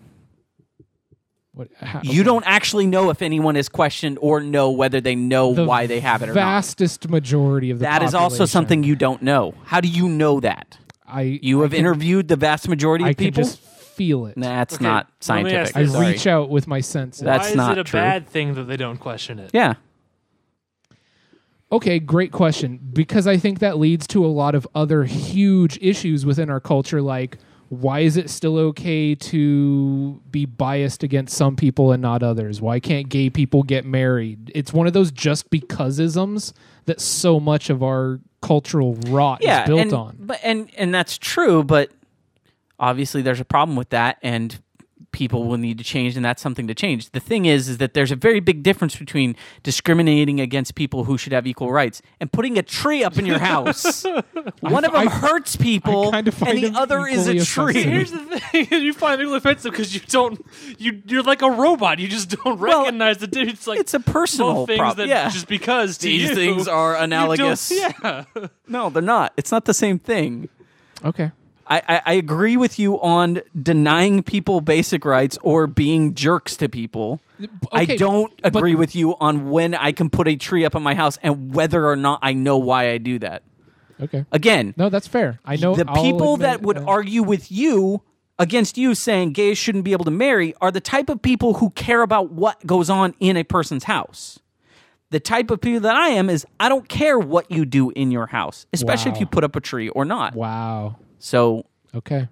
B: What- how-
A: You don't actually know if anyone is questioned or know whether they know
B: the
A: why they have it or not.
B: Vastest majority of the
A: That is also
B: population.
A: something you don't know. How do you know that?
B: I
A: You have interviewed the vast majority
B: I
A: of
B: can
A: people.
B: just feel it.
A: Nah, it's
C: Okay,
A: not
C: let me ask
A: scientific.
B: I
C: this. Sorry.
B: reach out with my senses.
A: That's
C: Why is
A: not
C: it a
A: true.
C: bad thing that they don't question it?
A: Yeah.
B: Okay, great question. Because I think that leads to a lot of other huge issues within our culture, like why is it still okay to be biased against some people and not others? Why can't gay people get married? It's one of those just because isms that so much of our cultural rot
A: Yeah.
B: is built
A: and,
B: on.
A: But and and that's true, but obviously there's a problem with that and people will need to change and that's something to change. The thing is is that there's a very big difference between discriminating against people who should have equal rights and putting a tree up in your house. One of them
B: I-
A: hurts people
B: I kinda find
A: and the
B: them
A: other is a
B: equally
A: tree.
B: offensive.
C: Here's the thing: you find it offensive because you don't, you you're like a robot. You just don't
A: Well,
C: recognize the difference. Like
A: it's a personal
C: both things
A: prob-
C: that
A: yeah.
C: just because to
A: These
C: you,
A: things are
C: you don't-
A: analogous.
C: Yeah,
A: No, they're not. It's not the same thing.
B: Okay.
A: I, I, I agree with you on denying people basic rights or being jerks to people. I
B: okay,
A: don't
B: but-
A: agree with you on when I can put a tree up in my house and whether or not I know why I do that.
B: Okay.
A: Again,
B: No, that's fair. I know
A: the
B: I'll
A: people
B: admit-
A: that would
B: uh,
A: argue with you against you saying gays shouldn't be able to marry are the type of people who care about what goes on in a person's house. The type of people that I am is I don't care what you do in your house, especially
B: Wow.
A: if you put up a tree or not.
B: Wow.
A: So
B: Okay.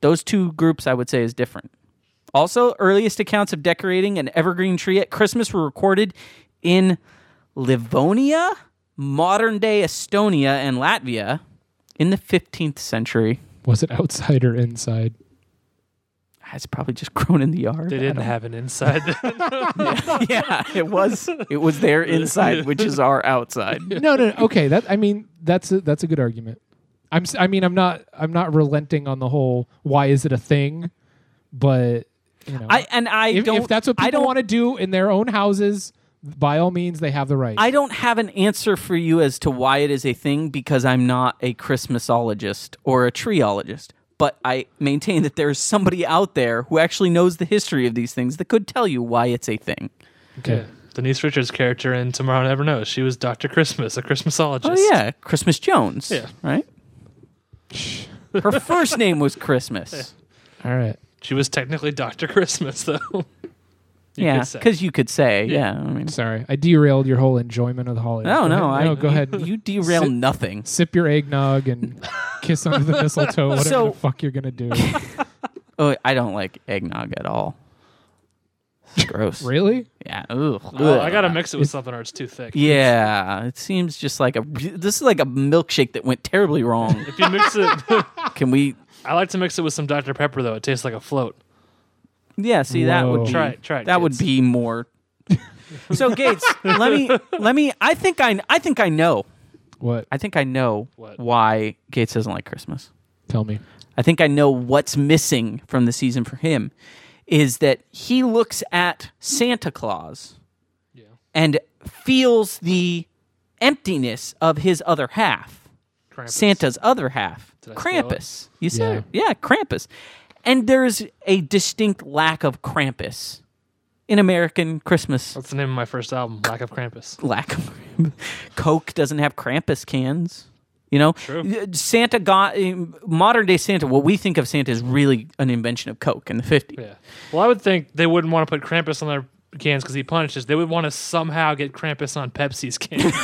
A: those two groups I would say is different. Also, earliest accounts of decorating an evergreen tree at Christmas were recorded in Livonia, modern day Estonia, and Latvia in the 15th century.
B: Was it outside or inside?
A: Ah, It's probably just grown in the yard.
C: they didn't have an inside.
A: yeah, it was it was their inside, which is our outside.
B: no, no, no. Okay, that I mean that's a, that's a good argument. I'm s- I mean I'm not I'm not relenting on the whole why is it a thing, but you know
A: I and I
B: if,
A: don't
B: if that's what
A: I
B: people
A: don't
B: want to do in their own houses, by all means they have the right.
A: I don't have an answer for you as to why it is a thing because I'm not a Christmasologist or a treeologist. But I maintain that there is somebody out there who actually knows the history of these things that could tell you why it's a thing.
B: okay.
C: Denise Richards' character in Tomorrow Never Knows. She was Doctor Christmas, a Christmasologist.
A: Oh yeah, Christmas Jones.
C: Yeah.
A: Right. Her first name was Christmas.
B: All right.
C: she was technically Doctor Christmas though. You
A: Yeah,
C: could say.
A: because you could say, yeah. I mean,
B: Sorry, I derailed your whole enjoyment of the holidays.
A: no,
B: Go
A: no.
B: ahead.
A: I,
B: no.
A: you-
B: Go ahead.
A: You derail
B: Sit-
A: nothing.
B: Sip your eggnog and kiss under the mistletoe. Whatever
A: So-
B: the fuck you're gonna do.
A: Oh, I don't like eggnog at all. It's gross.
B: really?
A: Yeah. Ugh.
C: Uh, I gotta
A: Ugh.
C: mix it with something or it's too thick.
A: Yeah, it seems just like a. This is like a milkshake that went terribly wrong.
C: If you mix it,
A: Can we?
C: I like to mix it with some Dr Pepper though. It tastes like a float.
A: Yeah, see that would
B: Whoa.
A: be,
C: Try it, try it,
A: That would
C: kids.
A: be more. so Gates, let me let me. I think I I think I know.
B: What?
A: I think I know
C: What?
A: why Gates doesn't like Christmas.
B: Tell me.
A: I think I know what's missing from the season for him is that he looks at Santa Claus and feels the emptiness of his other half.
C: Krampus.
A: Santa's other half,
C: Did I spoil it?
A: Krampus. You said, yeah. yeah, Krampus. And there's a distinct lack of Krampus in American Christmas.
C: That's the name of my first album, Lack of Krampus.
A: Lack of Krampus. Coke doesn't have Krampus cans. You know,
C: True.
A: Santa got modern day Santa. What we think of Santa is really an invention of Coke in the 50s.
C: Yeah. Well, I would think they wouldn't want to put Krampus on their cans because he punishes. They would want to somehow get Krampus on Pepsi's cans.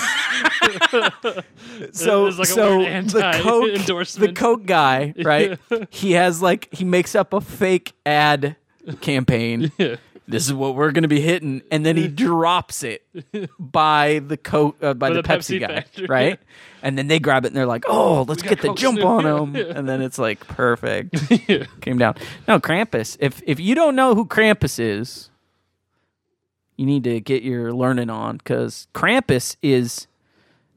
A: so
C: It's like a
A: so
C: weird
A: the
C: anti-
A: coke
C: endorsement.
A: the coke guy right he has like he makes up a fake ad campaign this is what we're gonna be hitting and then he drops it by the coke uh, by the,
C: the
A: pepsi,
C: Pepsi
A: guy
C: factory.
A: right and then they grab it and they're like oh let's
C: got
A: get the
C: Coke
A: jump
C: Snoop.
A: on him
C: Yeah.
A: and then it's like perfect came down no krampus if if you don't know who krampus is you need to get your learning on because Krampus is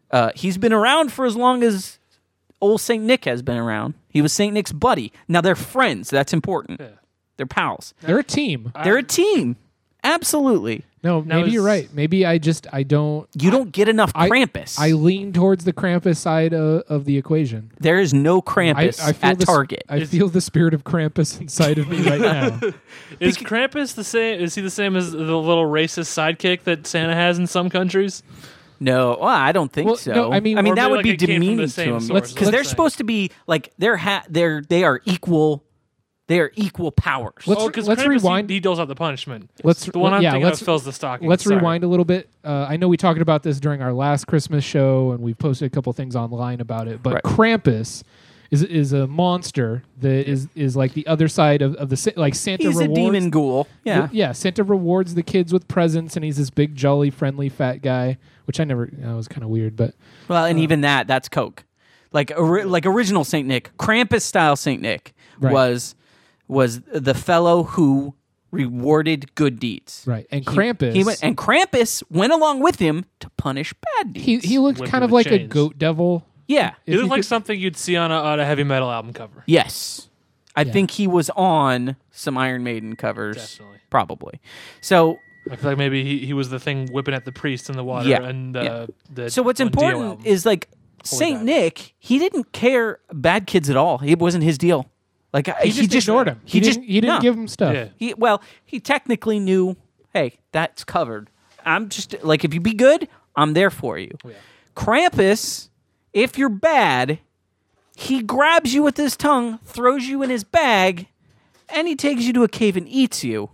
A: uh, he's been around for as long as old Saint Nick has been around. He was Saint Nick's buddy. Now they're friends. That's important. They're pals.
B: They're a team.
A: They're a team. Absolutely.
B: No,
C: Now
B: maybe
C: is-
B: you're right. Maybe I just I don't.
A: You don't get enough
B: I-
A: Krampus.
B: I lean towards the Krampus side of, of the equation.
A: there is no
B: I, I
A: Krampus
B: feel
A: at
B: the,
A: Target.
B: I feel the spirit of Krampus inside of me right now.
C: Is Krampus the same? Is he the same as the little racist sidekick that Santa has in some countries?
A: no, well, I don't think
B: Well,
A: so.
B: no, I mean-
A: I mean
B: Or
A: that
C: maybe
A: would
C: like
A: be
C: it came from the
A: demeaning to
C: same
A: them
C: source,
B: is
A: because
B: what
A: they're
C: I'm saying.
A: supposed to be like they're ha- they're they are equal. They are equal powers.
B: Let's-
C: Oh, because
B: let's
C: Krampus
B: rewind-
C: He, he doles out the punishment.
B: Let's-
C: the one I'm
B: yeah,
C: thinking
B: let's-
C: of fills the stocking.
B: Let's
C: Sorry.
B: rewind a little bit. Uh, I know we talked about this during our last Christmas show, and we've posted a couple things online about it. But
A: Right.
B: Krampus is is a monster that is is like the other side of, of the sa- like Santa
A: He's a
B: rewards.
A: demon ghoul. Yeah.
B: yeah. Santa rewards the kids with presents, and he's this big, jolly, friendly, fat guy. Which I never. That was kind of weird, but
A: Well,
B: uh,
A: and even that, that's Coke. Like ori- like original Saint Nick, Krampus style Saint Nick
B: Right.
A: was was the fellow who rewarded good deeds.
B: right. And
A: He-
B: Krampus.
A: He went, and Krampus went along with him to punish bad deeds.
B: he, he looked
C: Whipped
B: kind
C: with
B: of
C: the
B: like a
C: chains.
B: goat devil.
A: yeah.
C: He
B: If
C: looked
B: you
C: like
B: could-
C: something you'd see on a, on a heavy metal album cover.
A: Yes. I think he was on some Iron Maiden covers.
C: Definitely.
A: Probably. So
C: I feel like maybe he, he was the thing whipping at the priest in the water.
A: Yeah,
C: And
A: yeah.
C: uh, the
A: so what's
C: One Dio
A: important
C: album.
A: is like Saint
C: Diver.
A: Nick, he didn't care bad kids at all. It wasn't his deal. Like he,
B: He just ignored him. He, didn't. he didn't
A: no.
B: give him stuff.
C: Yeah.
A: He well, he technically knew, hey, that's covered. I'm just like if you be good, I'm there for you. Krampus, if you're bad, he grabs you with his tongue, throws you in his bag, and he takes you to a cave and eats you.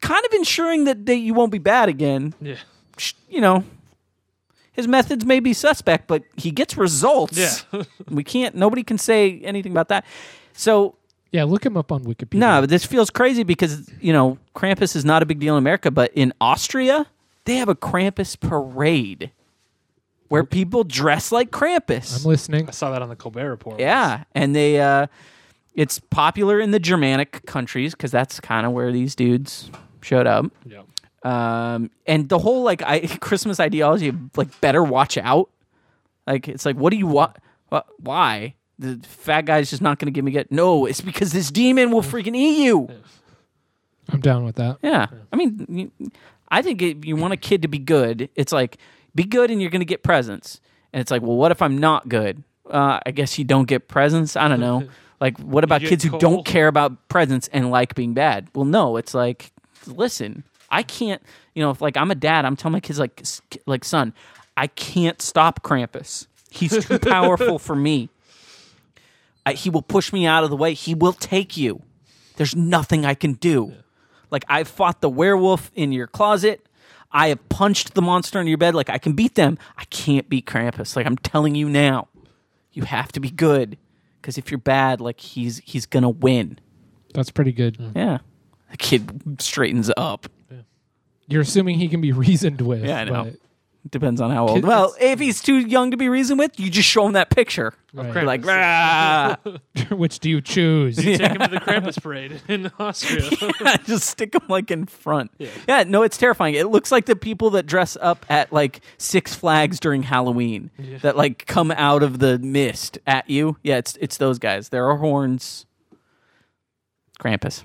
A: Kind of ensuring that, that you won't be bad again.
C: yeah.
A: Sh- You know, his methods may be suspect, but he gets results.
C: Yeah.
A: we can't, nobody can say anything about that. So
B: Yeah, Look him up on Wikipedia.
A: no, but this feels crazy because you know Krampus is not a big deal in America, but in Austria they have a Krampus parade where people dress like
B: I'm
A: Krampus.
B: listening.
C: I saw that on the Colbert Report.
A: Yeah, and they uh, it's popular in the Germanic countries because that's kind of where these dudes showed up.
C: Yeah.
A: Um, and the whole like I, Christmas ideology, of, like better watch out. Like it's like, what do you want? What, why the fat guy's just not going to give me get? No, it's because this demon will freaking eat you.
B: I'm down with that.
A: Yeah. I mean, you- I think if you want a kid to be good, it's like, be good and you're going to get presents. And it's like, well, what if I'm not good? Uh, I guess you don't get presents. I don't know. Like, what about
C: get
A: kids who don't
C: cold.
A: care about presents and like being bad? Well, no, it's like, listen, I can't, you know, if like I'm a dad, I'm telling my kids, like, s- like son, I can't stop Krampus. He's too powerful for me. I, he will push me out of the way. He will take you. There's nothing I can do. Like I've fought the werewolf in your closet. I have punched the monster in your bed. Like I can beat them. I can't beat Krampus. Like I'm telling you now, you have to be good. Because if you're bad, like he's he's gonna win.
B: That's pretty good.
A: Yeah, the kid straightens up.
B: You're assuming he can be reasoned with.
A: Yeah, I know.
B: but-
A: Depends on how old.
B: Kid-
A: Well, if he's too young to be reasoned with, you just show him that picture.
B: Right.
A: You're like, "Rah."
B: Which do you choose?
C: Take him to the Krampus parade in Austria.
A: just stick them like in front. Yeah. no, it's terrifying. It looks like the people that dress up at like Six Flags during Halloween that like come out of the mist at you. Yeah, it's it's those guys. There are horns. Krampus.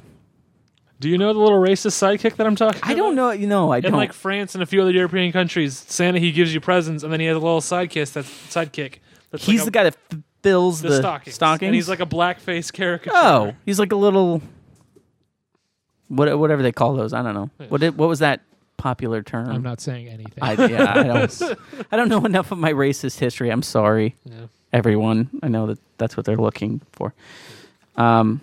C: Do you know the little racist sidekick that I'm talking about?
A: I don't know. You know, I
C: In
A: don't.
C: like France and a few other European countries, Santa he gives you presents and then he has a little sidekick that's sidekick That's
A: He's
C: like
A: the
C: a-
A: guy that f- fills the,
C: The stockings. And he's like a blackface caricature.
A: oh, he's like a little what whatever they call those. I don't know what it, what was that popular term.
B: I'm not saying anything.
A: I, yeah, I don't. I don't know enough of my racist history. I'm sorry,
C: Yeah.
A: everyone. I know that that's what they're looking for. Um,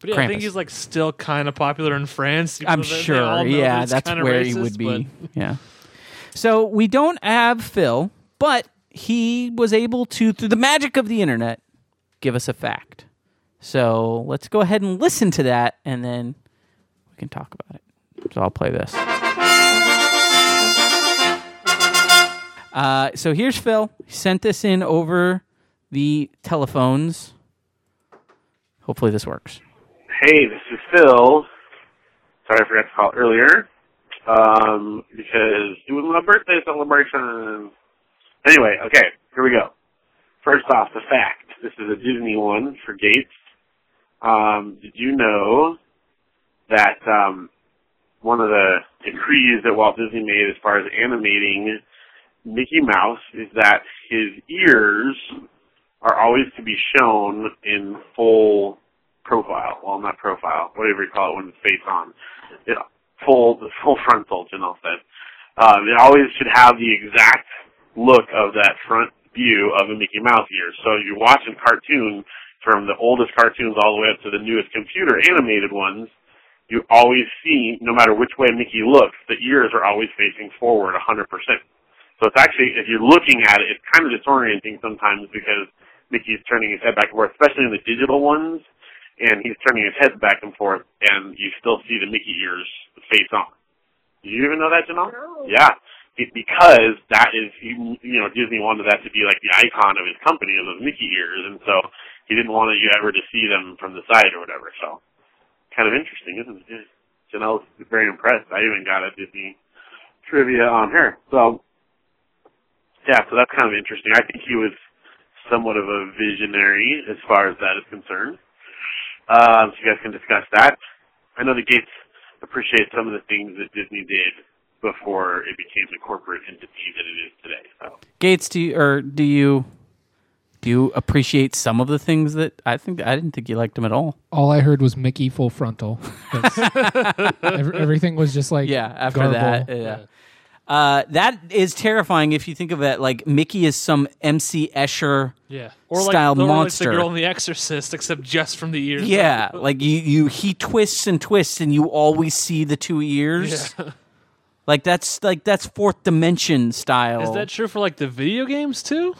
C: But yeah, I think
A: Krampus.
C: he's like still kind of popular in France.
A: I'm
C: They- they
A: sure.
C: all know
A: Yeah,
C: it's
A: that's
C: kinda
A: where he
C: racist,
A: would be.
C: but-
A: Yeah. So we don't have Phil, but he was able to, through the magic of the internet, give us a fact. So let's go ahead and listen to that, and then we can talk about it. So I'll play this. Uh, so here's Phil. He sent this in over the telephones. Hopefully this works.
D: Hey, this is Phil. Sorry I forgot to call earlier. Um, because it was my birthday celebration. Anyway, okay, here we go. First off, the fact. This is a Disney one for Gates. Um, did you know that um, one of the decrees that Walt Disney made as far as animating Mickey Mouse is that his ears are always to be shown in full profile. Well, not profile, whatever you call it when it's face on. It, full, full frontal, Janelle said. Um, it always should have the exact look of that front view of a Mickey Mouse ear. So you watch a cartoon from the oldest cartoons all the way up to the newest computer animated ones, you always see, no matter which way Mickey looks, the ears are always facing forward 100%. So it's actually, if you're looking at it, it's kind of disorienting sometimes because Mickey's turning his head back and forth, especially in the digital ones, and he's turning his head back and forth, and you still see the Mickey ears face on. Did you even know that, Janelle? Yeah. Be- Because that is, you you know, Disney wanted that to be like the icon of his company, of those Mickey ears, and so he didn't want you ever to see them from the side or whatever, so kind of interesting, isn't it? Yeah. Janelle's very impressed. I even got a Disney trivia on her. So, yeah, so that's kind of interesting. I think he was somewhat of a visionary as far as that is concerned. Um, so you guys can discuss that. I know the Gates appreciate some of the things that Disney did before it became the corporate entity that it is today. So.
A: Gates, do you or do you do you appreciate some of the things that I think I didn't think you liked them at all?
B: All I heard was Mickey full frontal. That's- ev- everything was just like
A: Yeah, after
B: garble.
A: that, yeah. Uh, that is terrifying if you think of it. Like Mickey is some MC Escher.
C: Yeah. Or like,
A: Style
C: or like
A: monster.
C: the girl in The Exorcist, except just from the ears.
A: Yeah, like you, you he twists and twists, and you always see the two ears. Like that's like that's fourth dimension style.
C: Is that true for like the video games too?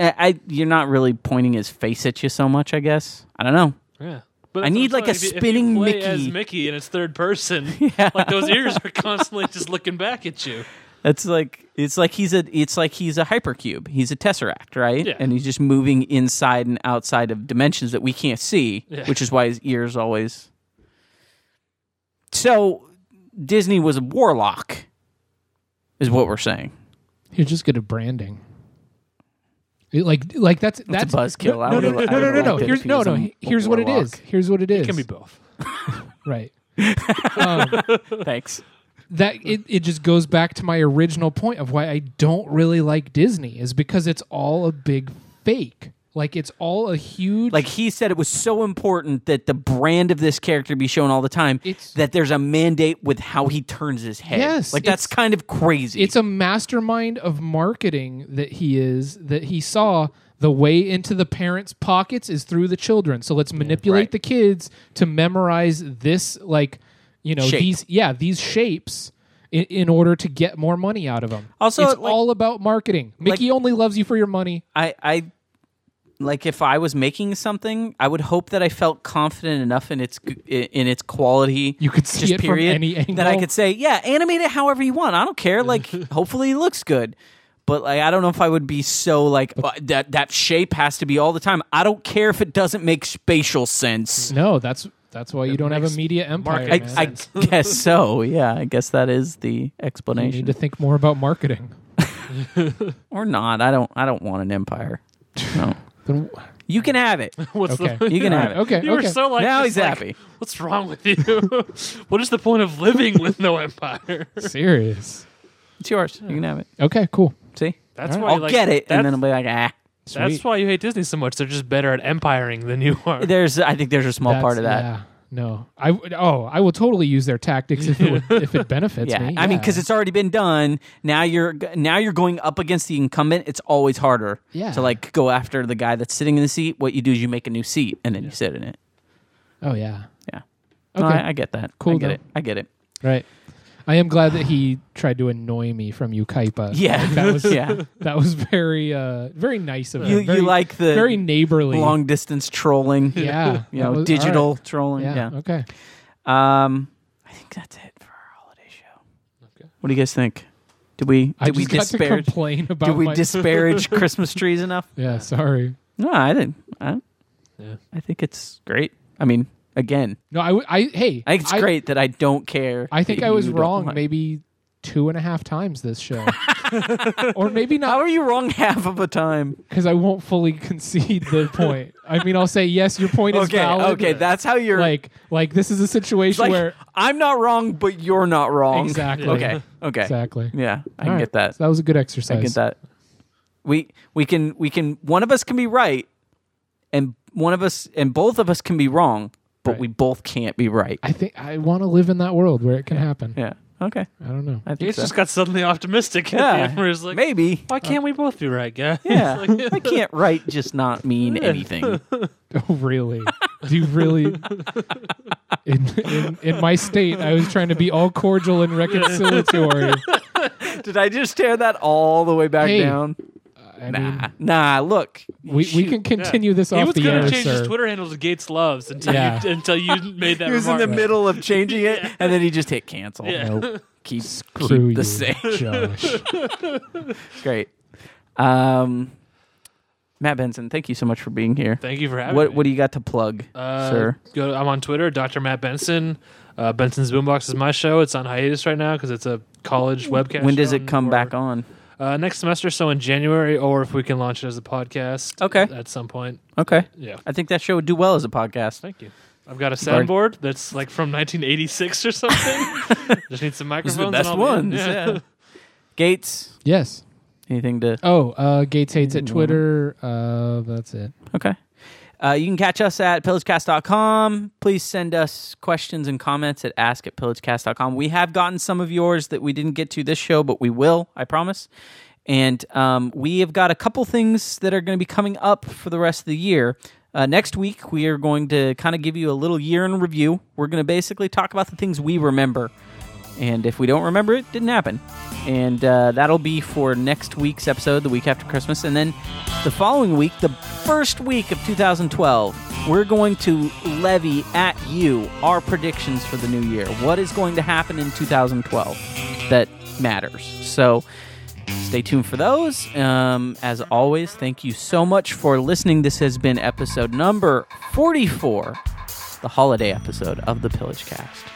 A: I, I you're not really pointing his face at you so much, I guess. I don't know.
C: Yeah. But
A: I
C: that's
A: need,
C: what I'm
A: like, a
C: saying. If you-
A: spinning
C: if you play
A: Mickey.
C: as Mickey and it's third person. Like those ears are constantly just looking back at you.
A: That's like it's like he's a it's like he's a hypercube. He's a tesseract, right?
C: Yeah.
A: And he's just moving inside and outside of dimensions that we can't see,
C: Yeah.
A: which is why his ears always. So Disney was a warlock, is what we're saying.
B: You're just good at branding. It- like like that's that's,
A: a buzzkill. I
B: No, no,
A: would've-
B: no,
A: I
B: no, no,
A: would've
B: no, no.
A: liked it if
B: Here's
A: he
B: no,
A: was
B: no.
A: a
B: he- Here's what it is. Here's what it is.
C: Can be both.
B: right.
A: Thanks.
B: that it, it just goes back to my original point of why I don't really like Disney is because it's all a big fake. Like it's all a huge
A: Like he said, it was so important that the brand of this character be shown all the time
B: It's-
A: that there's a mandate with how he turns his head.
B: Yes,
A: like that's
B: it's-
A: kind of crazy.
B: it's a mastermind of marketing that he is that he saw the way into the parents' pockets is through the children. So let's manipulate
A: right.
B: the kids to memorize this like you know
A: Shape.
B: these yeah, these shapes in, in order to get more money out of them.
A: Also,
B: it's
A: like-
B: all about marketing. Mickey only loves you for your money.
A: I, I like if I was making something, I would hope that I felt confident enough in its g- in its quality.
B: You could see
A: just
B: it from
A: period,
B: any
A: that I
B: angle.
A: could say, yeah, animate it however you want. I don't care. Like, hopefully, it looks good. But like, I don't know if I would be so like uh, that. That shape has to be all the time. I don't care if it doesn't make spatial sense.
B: No, that's that's why you don't have a
C: makes
B: media empire.
C: marketing
B: man.
A: I guess so. Yeah, I guess that is the
B: you
A: explanation.
B: need to think more about marketing.
A: or not. I don't. I don't want an empire. No.
B: Then-
A: you can have it.
C: What's
B: Okay.
C: the
A: You can have it.
B: Okay,
C: You were
B: okay.
C: so like
A: now
C: just
A: he's
C: like,
A: happy.
C: What's wrong with you? what is the point of living with no empire?
B: serious.
A: It's yours. You can have it.
B: Okay, cool.
A: See,
C: That's
B: All right.
C: why
A: I'll
C: you like,
A: get it, and
C: that's-
A: then I'll be like, ah.
C: That's
B: Sweet.
C: why you hate Disney so much. They're just better at empiring than you are.
A: There's, I think there's a small
B: That's-
A: part of that.
B: Yeah, no, I would- oh, I will totally use their tactics if it, would, if it benefits
A: Yeah,
B: me.
A: I mean,
B: yeah.
A: because it's already been done. Now you're now you're going up against the incumbent. It's always harder
B: Yeah.
A: to like go after the guy that's sitting in the seat. What you do is you make a new seat and then you sit in it.
B: oh yeah,
A: Yeah,
B: okay,
A: No, I, I get that.
B: Cool,
A: I get
B: though.
A: it. I get it.
B: right. I am glad that he tried to annoy me from Ukaipa.
A: Yeah,
B: that was-
A: yeah.
B: that was very, uh, very nice of him.
A: You
B: Very-
A: you like the
B: very neighborly.
A: long distance trolling?
B: yeah,
A: you
B: that
A: know,
B: was- all right.
A: digital trolling.
B: Yeah,
A: Yeah.
B: okay.
A: Um, I think that's it for our holiday show. What do you guys think? Did we did
B: I just
A: we
B: got
A: disparage?
B: to complain about
A: Did we
B: my-
A: disparage Christmas trees enough?
B: Yeah, sorry.
A: No, I didn't. I,
C: Yeah.
A: I think it's great. I mean, again,
B: No, I, w- I- hey,
A: I think it's great that I don't care.
B: I think
A: that
B: I was
A: you don't
B: wrong
A: want-
B: maybe two and a half times this show. or maybe
A: How
B: not
A: are you wrong half of a time?
B: because I won't fully concede the point. I mean, I'll say yes, your point is
A: Okay,
B: valid. uh,
A: okay, that's how you're like,
B: like like this is a situation where
A: I'm not wrong, but you're not wrong.
B: Exactly.
A: Okay. Okay.
B: exactly.
A: Yeah, I
B: All
A: can
B: right.
A: get that.
B: So that was a good exercise.
A: I get that. We we can we can one of us can be right, and one of us and both of us can be wrong, but
B: Right.
A: we both can't be right.
B: I think I want to live in that world where it can happen.
A: Yeah. Okay.
B: I don't know.
A: I think
C: Gates
A: so.
C: just got suddenly optimistic.
A: Yeah.
C: And Amber's like,
A: Maybe.
C: why can't we both be right, guys?
A: Yeah.
C: It's like-
A: I can't right just not mean anything.
B: Oh, really? Do you really? In, in in my state, I was trying to be all cordial and reconciliatory.
A: Did I just tear that all the way back
B: Hey,
A: down?
B: I
A: Nah,
B: mean,
A: nah. Look,
B: we, we can continue this
C: he
B: off
C: was
B: the
C: going
B: air,
C: to change
B: sir.
C: his Twitter handle to Gates Loves until
B: Yeah.
C: you until you made that.
A: he was in the
C: remark.
A: middle of changing it, and then he just hit cancel.
C: Yeah.
B: Nope.
A: Keep,
B: Screw
A: keep
B: you,
A: the same.
B: Josh.
A: Great. Um, Matt Benson, thank you so much for being here.
C: Thank you for having
A: What
C: me.
A: what do you got to plug,
C: Uh,
A: sir?
C: Go I'm on Twitter, Dr. Matt Benson. Uh, Benson's Boombox is my show. It's on hiatus right now because it's a college webcast.
A: When does
C: show
A: it come
C: or-
A: back on?
C: Uh, next semester, so in January, or if we can launch it as a podcast.
A: Okay.
C: At some point.
A: Okay,
C: Yeah.
A: I think that show would do well as a podcast.
C: Thank you. I've got a
A: Sorry.
C: soundboard that's like from 1986 or something. Just need some
A: These
C: microphones.
A: are the best
C: and I'll be in.
A: ones.
C: Yeah.
A: yeah. Gates,
B: yes.
A: anything to?
B: Oh, uh, Gates hates
A: Mm-hmm.
B: at Twitter. Uh, that's it.
A: Okay. Uh, you can catch us at pillagecast.com. Please send us questions and comments at ask at pillagecast.com. We have gotten some of yours that we didn't get to this show, but we will, I promise. And um, we have got a couple things that are going to be coming up for the rest of the year. Uh, next week, we are going to kind of give you a little year in review. We're going to basically talk about the things we remember. And if we don't remember it, didn't happen. And uh, that'll be for next week's episode, the week after Christmas. And then the following week, the first week of 2012, we're going to levy at you our predictions for the new year. What is going to happen in 2012 that matters? So stay tuned for those. Um, as always, thank you so much for listening. This has been episode number 44, the holiday episode of the Pillage Cast.